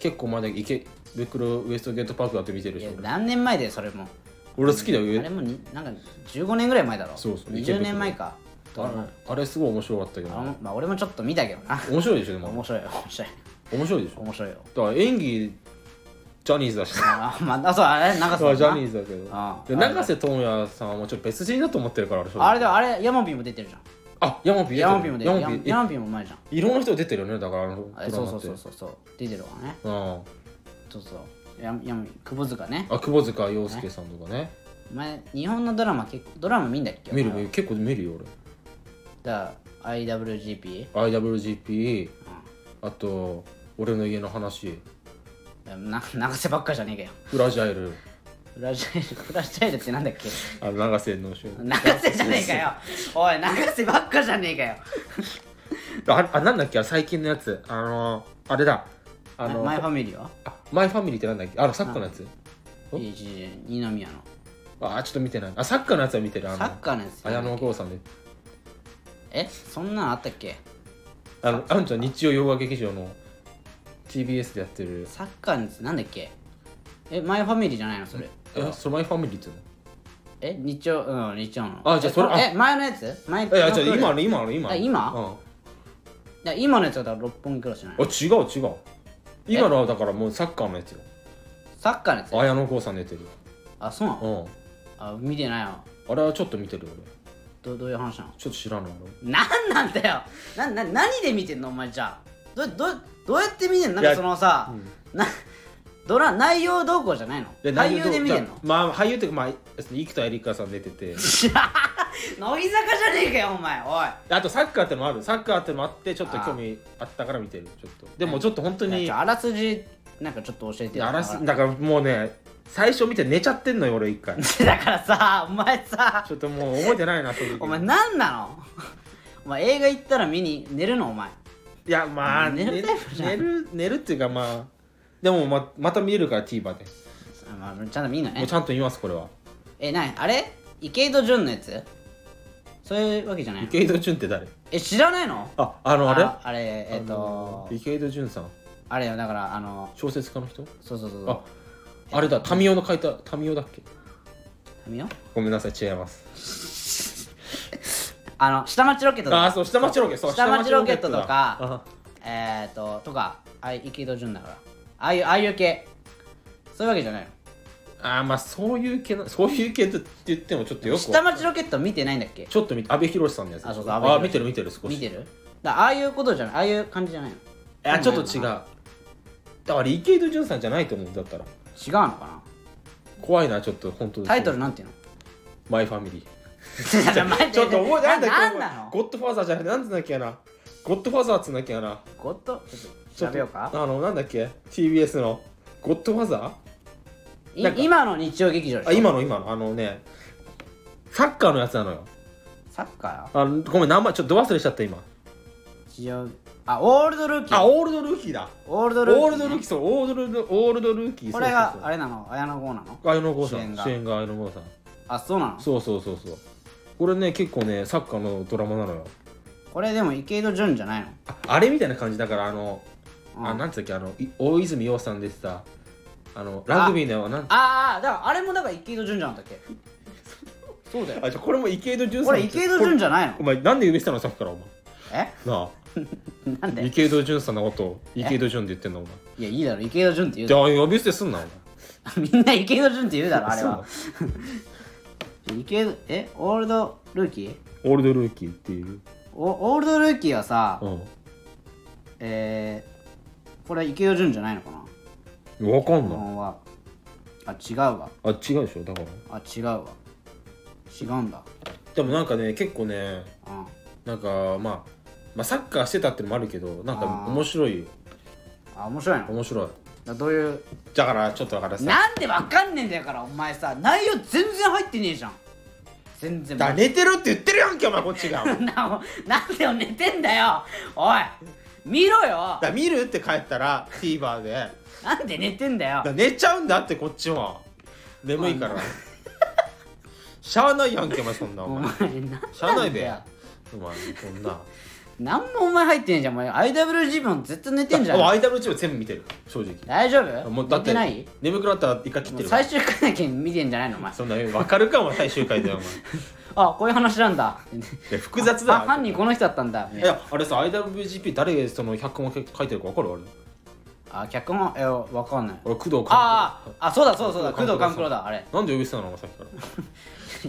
S2: 結構前だけ池袋ウエストゲートパークだって見てる
S1: い
S2: し
S1: や
S2: 俺
S1: 何年前だよそれも
S2: 俺好きだよ
S1: あれもになんか15年ぐらい前だろ
S2: そうそう池
S1: 20
S2: 袋
S1: 年前か
S2: あれあれすごい面白かったけど
S1: あ
S2: な
S1: のまあ俺もちょっと見たけどな
S2: 面白いでしょでも
S1: 面白いよ面白い
S2: 面白いでしょ
S1: 面白いよ
S2: だから演技ジャニーズだし
S1: あまああそうあれ長
S2: そう
S1: 瀬
S2: ジャ
S1: さ
S2: ニー
S1: ん
S2: ズだけど
S1: ああ
S2: で永瀬智也さんはもうちょっと別人だと思ってるから俺正直
S1: あれでもあれヤモピンも出てるじゃん
S2: あヤマピー
S1: ヤモピンも出てる
S2: ヤ
S1: ヤ
S2: マ
S1: モ
S2: ピー
S1: ヤモピンもうまいじゃん
S2: えいろんな人出てるよねだからあのドラマ
S1: あ
S2: って
S1: そうそうそうそうそう出てるわね
S2: うん
S1: そうそうやや窪塚ね
S2: あ窪塚洋介さんとかね
S1: お前日本のドラマ結構ドラマ見んだっけ
S2: 見る
S1: お
S2: 見
S1: 前
S2: る結構見るよ
S1: だ IWGP
S2: 俺 IWGP あと俺の家の話
S1: な長瀬ばっかじゃねえかよ
S2: フラジャイル
S1: フラジャイルフラジャイルってなんだっけ
S2: あの永瀬の主演
S1: 長瀬じゃねえかよおい長瀬ばっかじゃねえかよ
S2: ああなんだっけあ最近のやつあのあれだあの
S1: マイファミリーは
S2: あマイファミリーってなんだっけあのサッカーのやつお
S1: いいいいいい二宮の
S2: あちょっと見てないあサッカーのやつは見てるあ
S1: サ
S2: の
S1: ッカーのやつ
S2: 綾野剛さんで
S1: えそんなんあったっけ
S2: あの、あんちゃん日曜洋画劇場の TBS でやってる。
S1: サッカーのやつなんだっけえマイファミリーじゃないのそれ
S2: え、それマイファミリーって言う
S1: え日曜うん日曜の
S2: あじゃあそれあ
S1: え前のやつ前
S2: のえ、あ、じゃあ
S1: の
S2: 今の今の今の。
S1: あ今いや今のやつはだから六本木クラスじゃない
S2: うん。あ、違う違う。今のはだからもうサッカーのやつよ。
S1: サッカーのやつ
S2: 綾野剛さん出てる。
S1: あそうなの
S2: うん。
S1: あ見てないよ
S2: あれはちょっと見てるよ俺。
S1: どどういう話なの
S2: ちょっと知らない俺
S1: なんなんだよなな何で見てんのお前じゃあどどどうやって見てんのなん
S2: い
S1: か
S2: や
S1: そのさ、なドラ内容どうこうじゃないの俳優で見てん
S2: だ
S1: の
S2: まあ俳優っていうかまあ生田絵梨花さん出てて
S1: 乃木坂じゃねえかよお前おい
S2: あとサッカーってのもあるサッカーってのもあってちょっと興味あったから見てるちょっとでもちょっと本当
S1: いやち
S2: に
S1: ょあらすじなんかちょっと教えてよ
S2: あらす
S1: だか
S2: だからもうね最初見て寝ちゃってんのよ俺一回
S1: ら だからさお前さ
S2: ちょっともう覚えてないな正直
S1: お前何なのお前映画行ったら見に寝るのお前
S2: いやまあ
S1: 寝
S2: 寝
S1: る
S2: る
S1: タイプじゃん
S2: 寝る寝るっていうかまあでもままた見れるから TVer で
S1: まあちゃんと見んの
S2: もう
S1: ね
S2: ちゃんと見ますこれは
S1: えなにあれ池井戸潤のやつそういうわけじゃないの
S2: 池井戸潤って誰
S1: え知らないの
S2: ああのあれ
S1: あれえっ、
S2: あ
S1: と
S2: の池井戸潤さん
S1: あれよだからあの
S2: 小説家の人
S1: そうそうそうそ
S2: あ
S1: う
S2: あれだ民生の書いた民生だっけ
S1: 見よ
S2: ごめんなさい違います
S1: あの下町ロケットと
S2: あ
S1: か
S2: あそう下町ロケそう
S1: 下町ロケットとか
S2: 下町ロケットだ
S1: えっ、ととかあい池井戸潤だからああいうああいう系そういうわけじゃないの
S2: ああーまあそういう系なそういう系って言ってもちょっとよく
S1: 下町ロケット見てないんだっけ
S2: ちょっと見て阿部寛さんのやつ
S1: あそうそう
S2: あ
S1: 阿部寛
S2: ー見てる見てる少し
S1: 見てるだああいうことじゃないああいう感じじゃないの
S2: あちょっと違うだから池井戸潤さんじゃないと思うんだったら
S1: 違うのか
S2: 怖いなちょっと本当
S1: な
S2: に
S1: タイトルなんていうの
S2: マイファミリー
S1: ちょ
S2: ちょっと覚えてないんだっけ
S1: なんなの
S2: ゴッドファーザーじゃなくてなんつうんだっけやなゴッドファーザーっつうんだっけやな
S1: ゴッドちょっと
S2: ちょ
S1: 調
S2: っ
S1: べ
S2: と
S1: ようか
S2: あのなんだっけ TBS のゴッドファーザ
S1: い
S2: なんか
S1: 今の日曜劇場でし
S2: ー
S1: ょ
S2: あ今の今のあのねサッカーのやつなのよ
S1: サッカ
S2: あのごめん名前ちょっとど忘れしちゃった今
S1: ー日曜あオールドルーキー
S2: あオールドルーキーだ
S1: オールド
S2: オ
S1: ルーキー,、
S2: ールドルーキーそうオールドルオールドルーキー
S1: これがあ
S2: れ
S1: れなの綾野剛なの
S2: 綾野剛さ
S1: 主演
S2: ん
S1: が
S2: 主演が綾野剛さん
S1: あそうなの
S2: そうそうそうそうこれね結構ねサッカーのドラマなのよ
S1: これでも池井戸潤じゃないの
S2: ああれみたいな感じだからあの、
S1: うん
S2: あなんつうっけあのい大泉洋さん出てたあのラグビーのなん
S1: ああだからあれもだから池井戸潤じゃんだっけそうだよ
S2: あじゃあこれも池井戸潤さん
S1: これ池井戸潤じゃないの
S2: お前なんで指したのさっきからお前
S1: え
S2: な
S1: なん
S2: あ
S1: で
S2: 池井戸潤さんのことを池井戸潤って言ってんのお前
S1: いやいいだろ池井戸潤って言う
S2: じ
S1: だろ
S2: ゃあ呼び捨てすんなお前
S1: みんな池井戸潤って言うだろあれは池井戸えオールドルーキー
S2: オールドルーキーっていう、
S1: おオールドルーキーはさ、
S2: う、
S1: えー、これ池井戸潤じゃないのかなん
S2: わかん
S1: こ
S2: ない
S1: のはあ違うわ
S2: あ違うでしょだから
S1: あ違うわ違うんだ
S2: でもなんかね結構ね
S1: うん
S2: なんかまあまあサッカーしてたってのもあるけどなんか
S1: あー
S2: 面白いよ
S1: あ面白いの
S2: 面白い
S1: だどういう
S2: だからちょっとだからさ
S1: なんでわかんねえんだよからお前さ内容全然入ってねえじゃん全然
S2: だ寝てるって言ってるやんけお前こっちがだか
S1: なおなんでよ寝てんだよおい見ろよ
S2: ら見るって帰ったら TVer でだか
S1: なんで寝てんだよ
S2: ら寝ちゃうんだってこっちも眠いから しゃあないやんけお前そんなお
S1: お
S2: 前
S1: 前なんなん
S2: しゃあない
S1: だ
S2: べ
S1: よ
S2: お前そんな
S1: なんもお前入ってねえじゃんお前 IWG も絶対寝てんじゃ
S2: あ
S1: ん
S2: IWG も全部見てる正直
S1: 大丈夫
S2: もうだっ
S1: 寝
S2: て
S1: てない
S2: 眠くなったら一回切っ
S1: もう
S2: てる
S1: 最終回だけ見てんじゃないのお前
S2: そんなわかるかお前最終回だよお前
S1: あこういう話なんだ
S2: いや複雑
S1: あ
S2: だよ
S1: 犯人この人だったんだ
S2: いやあれさ IWGP 誰その100本書いてるか分かるあれ
S1: あ脚本えわかんない
S2: 俺工藤官九郎
S1: あーあそうだそうだそうだ
S2: 工
S1: 工
S2: 藤
S1: 藤
S2: 官
S1: 官
S2: 九
S1: 九
S2: 郎
S1: 郎
S2: さ
S1: だあれ
S2: なんで呼び捨てなのさっきから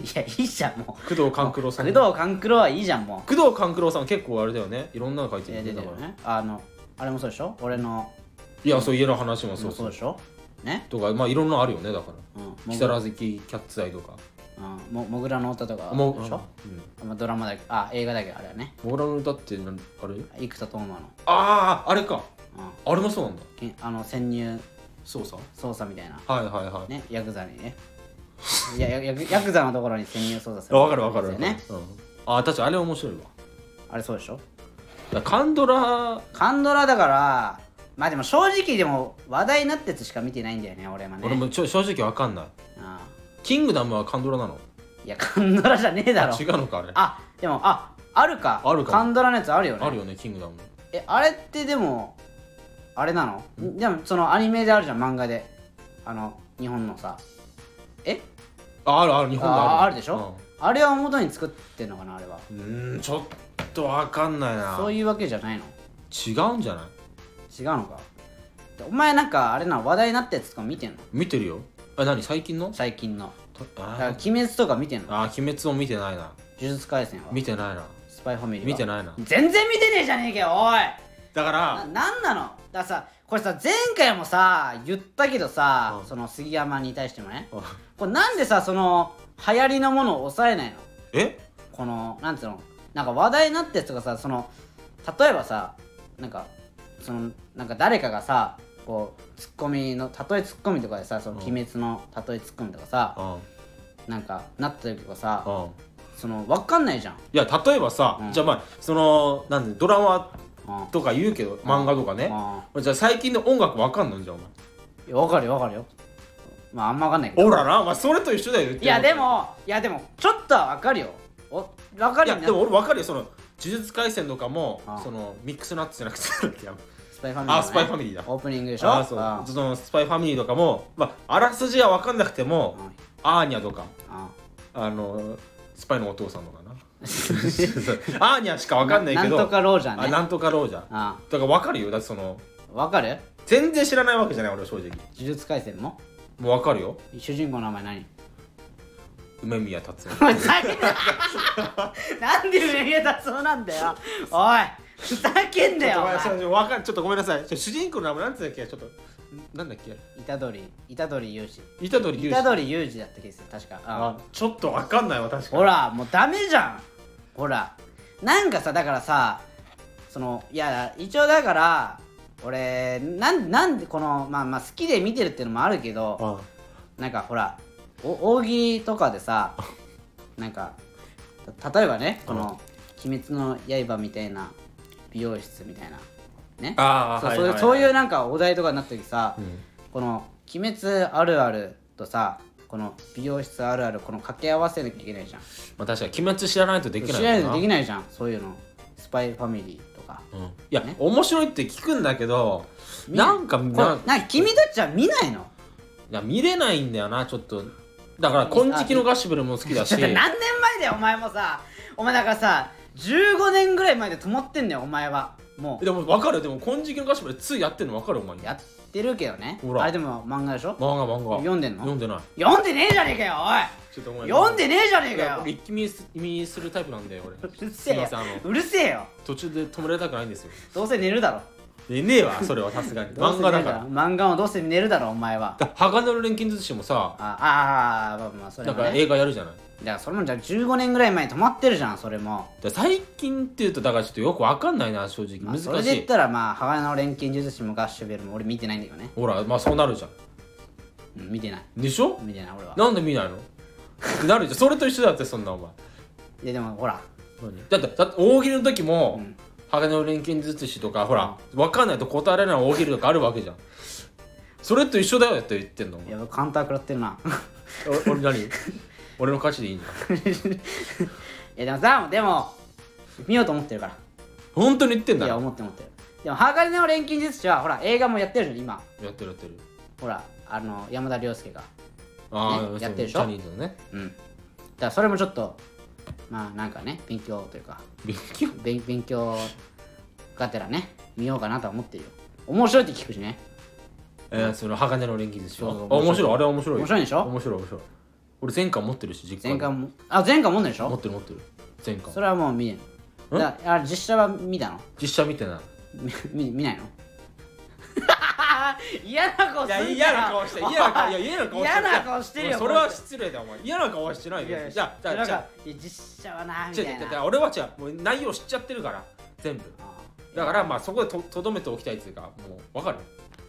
S1: いやいいじゃんも
S2: 工藤官九郎
S1: う工
S2: さん
S1: 藤官九郎はいいじゃんも
S2: 工藤官九郎さん結構あれだよねいろんなの書いて
S1: う
S2: る
S1: え
S2: よ
S1: 出
S2: ね
S1: て
S2: だ
S1: るよ
S2: から
S1: ねあのあれもそうでしょ俺の
S2: いやそう家の話もそ
S1: も
S2: うそ
S1: そう
S2: う
S1: でしょね
S2: とかまあいろんなのあるよねだから
S1: うんもぐ
S2: 木更津キャッツアイとか
S1: うんももぐらの歌とか
S2: も
S1: でしょ
S2: うん
S1: まあドラマだけあ映画だけどあれはね
S2: モーラの歌ってなんあれ
S1: 生田斗真の
S2: あああれか
S1: うん
S2: あれもそうなんだ
S1: けんあの潜入
S2: そうさ
S1: 捜査みたいな
S2: はいはいはい
S1: ねヤクザにねいやヤクヤクザのところに潜入捜査す
S2: あ
S1: る
S2: 分かる分かる
S1: ですよね
S2: うんあ確かにあれ面白いわ
S1: あれそうでしょ
S2: だからカンドラ
S1: カンドラだからまあでも正直でも話題になったやつしか見てないんだよね俺はね
S2: 俺もちょ正直分かんない
S1: あ
S2: キングダムはカンドラなの
S1: あいやカンドラじゃねえだろ
S2: 違うのかあれ
S1: あでもああるか
S2: あるかも
S1: カンドラのやつあるよね
S2: あるよねキングダム
S1: えあれってでもあれなの、でもそのアニメであるじゃん漫画であの日本のさえ
S2: ああるある日本である
S1: ああるでしょ、あれは元に作ってんのかなあれは
S2: うんうーんちょっと分かんないな
S1: そういうわけじゃないの
S2: 違うんじゃない
S1: 違うのかお前なんかあれなの話題になったやつとか見てんの
S2: 見てるよあ何最近の
S1: 最近のだから
S2: あ
S1: 鬼滅とか見てんの呪
S2: あー鬼滅も見てないな
S1: 術廻戦は
S2: 見てないな
S1: スパイファミリーは
S2: 見てないな
S1: 全然見てねえじゃねえかよおい
S2: だ
S1: な
S2: から
S1: なんなのだからさこれさ前回もさ言ったけどさ、
S2: うん
S1: その杉山に対してもね
S2: あ
S1: これなんでさその流行りのものを抑えないの
S2: え
S1: このなんつうのなんか話題になったやつとかさその例えばさなんかそのなんか誰かがさこうツッコミの例えツッコミとかでさ「その
S2: うん
S1: 鬼滅」の例えツッコミとかさ、
S2: うん
S1: なんかなった時とかさ、
S2: うん
S1: その分かんないじゃん、
S2: いや例えばさ、
S1: うん
S2: じゃあまあそのなんでドラマ
S1: うん
S2: とか言うけど漫画とかね、
S1: あ
S2: じゃあ最近の音楽わかんのじゃあお前
S1: ーいや分かるよ分かるよまああんま分かんないけど
S2: オラなお前それと一緒だよ言って
S1: い
S2: るこ
S1: や
S2: と
S1: でもいやでもちょっとは分かるよお分か
S2: い
S1: るよ
S2: や
S1: ね
S2: でも俺わかるよその呪術廻戦とかも
S1: ああ
S2: そのミックスナッツじゃなくてなんだっけあの
S1: スパイファミリー、
S2: あスパイファミリーだ
S1: オープニングでしょ
S2: ああそうそのスパイファミリーとかもまああらすじはわかんなくても
S1: うんうん
S2: アーニャとか
S1: あ
S2: あのスパイのお父さんとかな アーニャしかわかんないけど
S1: なんとかロージャーね
S2: あなんとかロージャー
S1: あ
S2: だからわかるよだってその
S1: 分かる
S2: 全然知らないわけじゃない俺正直
S1: 呪術廻戦も
S2: もうわかるよ
S1: 主人公の名前何
S2: 梅宮達
S1: おいざけん ななんで上げたそうなんだよおいふざけんなよお
S2: ちょっ
S1: 前
S2: とわかんちょっとごめんなさいちょ主人公の名前なんつうんだっけちょっとなんだっけ
S1: 虎取虎取雄二
S2: 虎取龍
S1: 虎取雄二だった気がする確かあ
S2: あちょっとわかんないわ確かに
S1: ほらもうダメじゃんほらなんかさだからさそのいや一応だから俺なんなんでこのまあまあ好きで見てるっていうのもあるけど
S2: あ
S1: なんかほらお大喜利とかでさなんかた例えばねこの「鬼滅の刃」みたいな美容室みたいなね
S2: あ
S1: そう
S2: はい
S1: そう
S2: はいいうは
S1: そういうなんかお題とかになった時さ、
S2: うん
S1: この「鬼滅あるある」とさこの美容室あるあるこの掛け合わせなきゃいけないじゃん
S2: まあ確かに鬼滅知らないとできない
S1: 知らないとでき
S2: い
S1: ないじゃんそういうのスパイファミリーとか
S2: うんいや面白いって聞くんだけど
S1: 見ない
S2: なんか
S1: これ
S2: な
S1: なんか君たちは見ないの
S2: いや見れないんだよなちょっとだから「金色のガシブル」も好きだ
S1: ち
S2: し
S1: ょっと何年前だよお前もさお前だからさ15年ぐらい前で止まってんだよお前はも
S2: でも分かるでも「金色のガシブル」2やってるの分かるお前
S1: うやってるけどね
S2: ほら
S1: あれでも漫画でしょ
S2: 漫画漫画
S1: 読んでんの
S2: 読んでない
S1: 読んでねえじゃねえかよ
S2: ちょっとご
S1: お
S2: め
S1: い
S2: ん
S1: 読んでねえじゃねえ
S2: い
S1: か
S2: や
S1: よ
S2: 僕一気見す見するタイプなんで俺
S1: うるせえ
S2: すいま
S1: よ
S2: せんあの
S1: うるせえよ
S2: 途中で止められたくないんですよ
S1: どうせ寝るだろ
S2: ねねえわそれはさすがに
S1: どうせ寝
S2: 漫画
S1: る
S2: だから
S1: 漫画もどうせ寝るだろお前は
S2: だ鋼の錬金術師もさ
S1: ああーまあまあそれ
S2: なん
S1: も
S2: か
S1: ね
S2: 映画やるじゃない
S1: だからそれもじゃあ15年ぐらい前に止まってるじゃんそれも
S2: だ最近っていうとだからちょっとよくわかんないな正直
S1: まあ
S2: 難
S1: それ
S2: し
S1: で言っ
S2: い
S1: たらまあ鋼の錬金術師もガッシュベルも俺見てないんだけどね、
S2: ほらまあそうなるじゃん
S1: うん、見てない
S2: でしょ
S1: 見てない俺は
S2: なんで見ないのってなるじゃんそれと一緒だってそんなお前
S1: いやでもほら
S2: だってだって大喜利の時も
S1: うん
S2: 鋼の錬金術師とかほらわかんないと答えられない大喜利とかあるわけじゃんそれと一緒だよって言ってんのお
S1: い
S2: 前
S1: やカウンター食らってるな
S2: お俺何俺の価値でいいんじゃん
S1: いやでもさでも見ようと思ってるか
S2: 本当に言ってん
S1: ら
S2: だ
S1: いや
S2: よ
S1: 思ってる思ってるでも鋼の錬金術師はほら映画もやってるじゃん今
S2: やってるやってる
S1: ほらあの山田涼介が
S2: ああ
S1: やってるでしょ
S2: ジャニーズのね
S1: うんだからそれもちょっとまあなんかね勉強というか
S2: 勉強
S1: 勉勉強がてらね見ようかなとは思ってるよ面白いって聞くしね
S2: えー、その鋼の錬金術師
S1: そう
S2: あ
S1: そう
S2: 面白いあれは面白いよ
S1: 面白いでしょ
S2: 面白い面白い俺前巻持ってるし実家
S1: 前回もあ前回もんないでし
S2: 持っ
S1: ょ
S2: てる持ってる前巻
S1: それはもう見える
S2: ん
S1: だあ実写は見たの
S2: 実写見てない
S1: み 見見ないの嫌な顔すんな
S2: や嫌な
S1: 嫌な顔してるよ
S2: お前それは失礼だよお前嫌な顔はしてないよ
S1: いやいや
S2: じゃあじ
S1: な
S2: ゃあ
S1: ん
S2: じゃ
S1: かいや実写はな
S2: あ
S1: み
S2: じ
S1: た
S2: ゃあ
S1: い
S2: じゃあじゃ
S1: な
S2: あ俺は違うもう内容知っちゃってるから全部
S1: あ
S2: だからまあそこでととどめておきたいっていうかもうわかる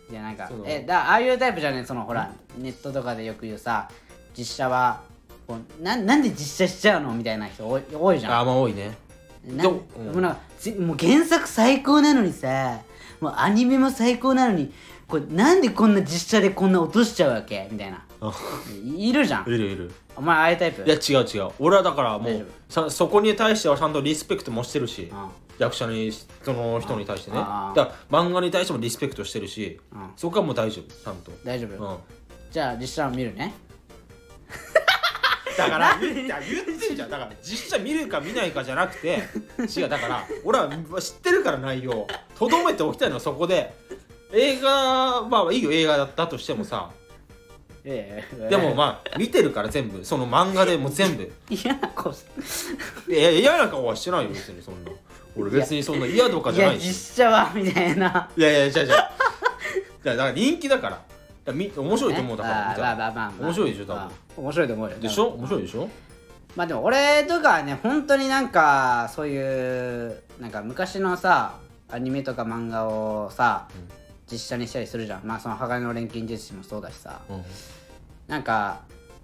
S1: いやなんか
S2: そう
S1: えだああいうタイプじゃねそのほらネットとかでよく言うさ実写はこうなんなんで実写しちゃうのみたいな人多い多いじゃん
S2: あーまあ多いね
S1: な
S2: で
S1: ん
S2: もうん
S1: もうなんかぜもう原作最高なのにさもうアニメも最高なのにこれなんでこんな実写でこんな落としちゃうわけみたいないいるじゃ
S2: い
S1: ん
S2: るいる
S1: お前ああいうタイプ
S2: いや違う違う俺はだからも
S1: 大丈
S2: うさそこに対してはちゃんとリスペクトもしてるし
S1: うん
S2: 役者にその人に対してねだ
S1: あー
S2: から漫画に対してもリスペクトしてるし
S1: うん
S2: そこはもう大丈夫ちゃんと
S1: 大丈
S2: う
S1: 夫、
S2: ん
S1: じゃあ実写を見るね
S2: だから言って言ってんじゃんだから実写見るか見ないかじゃなく て違うだから俺は知ってるから内容とどめておきたいのはそこで映画まあいいよ映画だったとしてもさ
S1: ええ
S2: でもまあ見てるから全部その漫画でもう全部
S1: 嫌な顔し
S2: いや嫌な顔はしてないよ別にそんな俺別にそんな嫌とか
S1: い
S2: じゃな
S1: や
S2: いし
S1: 実写はみたいない
S2: やいやじゃじゃだから人気だからだからみ面白いと思うだから、
S1: ね
S2: 見たら
S1: あーまあまあまあまあ
S2: 面白いでしょ多分
S1: まあ面白いと思うよ
S2: でしょ面白いでしょ
S1: まあでも俺とかはね本当になんかそういうなんか昔のさアニメとか漫画をさ、実写にしたりするじゃんまあその鋼の錬金術師もそうだしさ
S2: うん
S1: なんか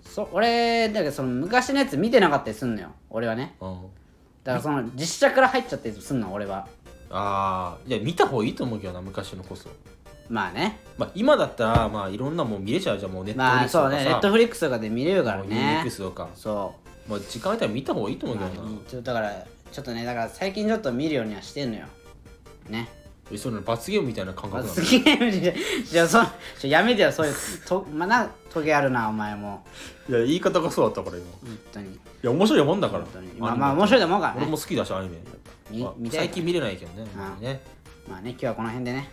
S1: そ俺だけどその昔のやつ見てなかったりすんのよ俺はね
S2: うん
S1: だからその実写から入っちゃったりすんの俺は
S2: ああいや見た方がいいと思うけどな昔のこそ
S1: まあね
S2: まあ今だったらまあいろんなもん見れちゃうじゃんもうネットフ
S1: ま
S2: リ
S1: あ
S2: ックスと
S1: そう
S2: かさ
S1: ねネットフリックスとかで見れるから
S2: もうユーネ
S1: ね
S2: クスとか
S1: そ
S2: まあ時間あったら見た方がいいと思う
S1: う、
S2: け
S1: まあ
S2: どな、
S1: ちょだからちょっとねだから最近ちょっと見るようにはしてんのよね
S2: えその罰ゲームみたいな感覚なの
S1: 罰ゲームじゃ じゃあそちょやめてよそういうとまあなトゲあるなお前も
S2: いや言い方がそうだったから今い
S1: 本当に
S2: や面白いもんだから
S1: 本当に
S2: アニメ
S1: まあまあ面白いと思うからね
S2: 俺も好きだしアニメ
S1: み
S2: まあ
S1: 見たい
S2: 最近見れないけどね
S1: あ
S2: あんまりね
S1: まあね今日はこの辺でね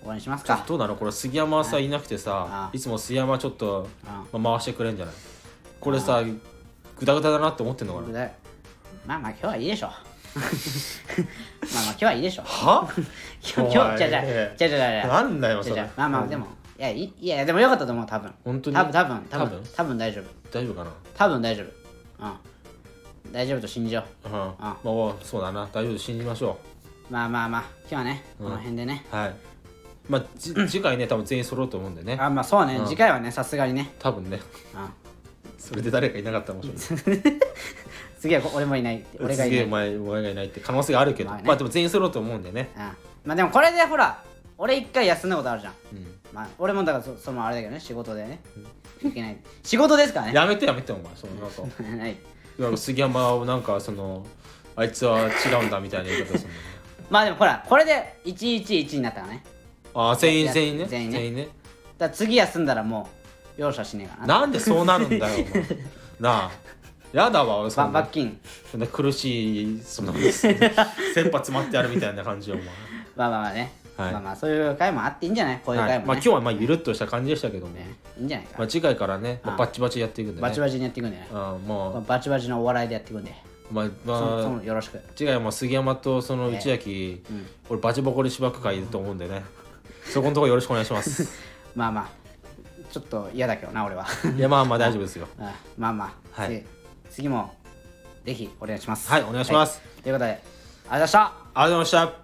S1: 終わりにします
S2: ちょっ
S1: か
S2: とどうなのこれ杉山さいなくてさ
S1: あ
S2: いつも杉山ちょっと
S1: あ
S2: まあ回してくれんじゃないこれさグダグダだなって思ってんのかな
S1: だまあまあ今日はいいでしょ まあまあ今日はいいでし ょ
S2: は
S1: 今日今日じゃじゃじゃじゃじゃ
S2: なんだよそ
S1: じ
S2: れ
S1: ゃまあまあでもいやいいいやでもよかったと思う多分
S2: 本当に
S1: 多分多分多
S2: 多分
S1: 分多分大丈夫
S2: 大丈夫かな
S1: 多分大丈夫うん大丈夫と信じよう
S2: うんまあそうだな大丈夫信じましょ
S1: まあまあまあ今日はねこの辺でね、
S2: うはいまあ じ次回ね多分全員揃うと思うんでね
S1: あまあそうね、
S2: うん
S1: 次回はねさすがにね、
S2: 多分ね
S1: うん、
S2: それで誰かいなかったら面白い
S1: 次はこ俺もいないって 俺がい
S2: す
S1: な
S2: げ
S1: い
S2: えお前お前がいないって可能性があるけど、
S1: まあね
S2: まあでも全員揃うと思うんでね、
S1: うんまあでもこれでほら俺一回休んだことあるじゃん
S2: うん、
S1: まあ俺もだからそそのあれだけどね仕事でね、いけない仕事ですからね
S2: やめてやめてお前そのなん か
S1: はい
S2: なんか杉山をなんかそのあいつは違うんだみたいな言い方するの
S1: まあでもほらこれで111になったからね
S2: ああ全員全員ね
S1: 全員ね
S2: 全員ね
S1: だから次休んだらもう容赦しねえかな
S2: なんでそうなるんだよお前 なあやだわそ
S1: ば
S2: んな
S1: 罰金
S2: そんな苦しいそ の切羽詰まってやるみたいな感じよお前
S1: まあまあまあね、
S2: はい
S1: まあまあそういう回もあっていいんじゃないこういう
S2: は
S1: 回
S2: い
S1: も、ね
S2: まあ、今日はまあゆるっとした感じでしたけども、
S1: ねいいんじゃないか、
S2: まあ、次回からね、まあ、
S1: あ
S2: バチバチやっていくんでね
S1: バチバチにやっていくんでね、
S2: あもう
S1: バチバチのお笑いでやっていくんで、
S2: まあま
S1: そのそ
S2: あ
S1: のよろしく
S2: 違うもう杉山とその内垣、俺バチボコでしばく会だと思うんでねそこのところよろしくお願いします
S1: まあまあちょっと嫌だけどな俺は
S2: いやまあまあ大丈夫ですよ
S1: うんまあまあ、
S2: はい
S1: 次次もぜひお願いします
S2: はいお願いします
S1: はいということでありがとうございました
S2: ありがとうございました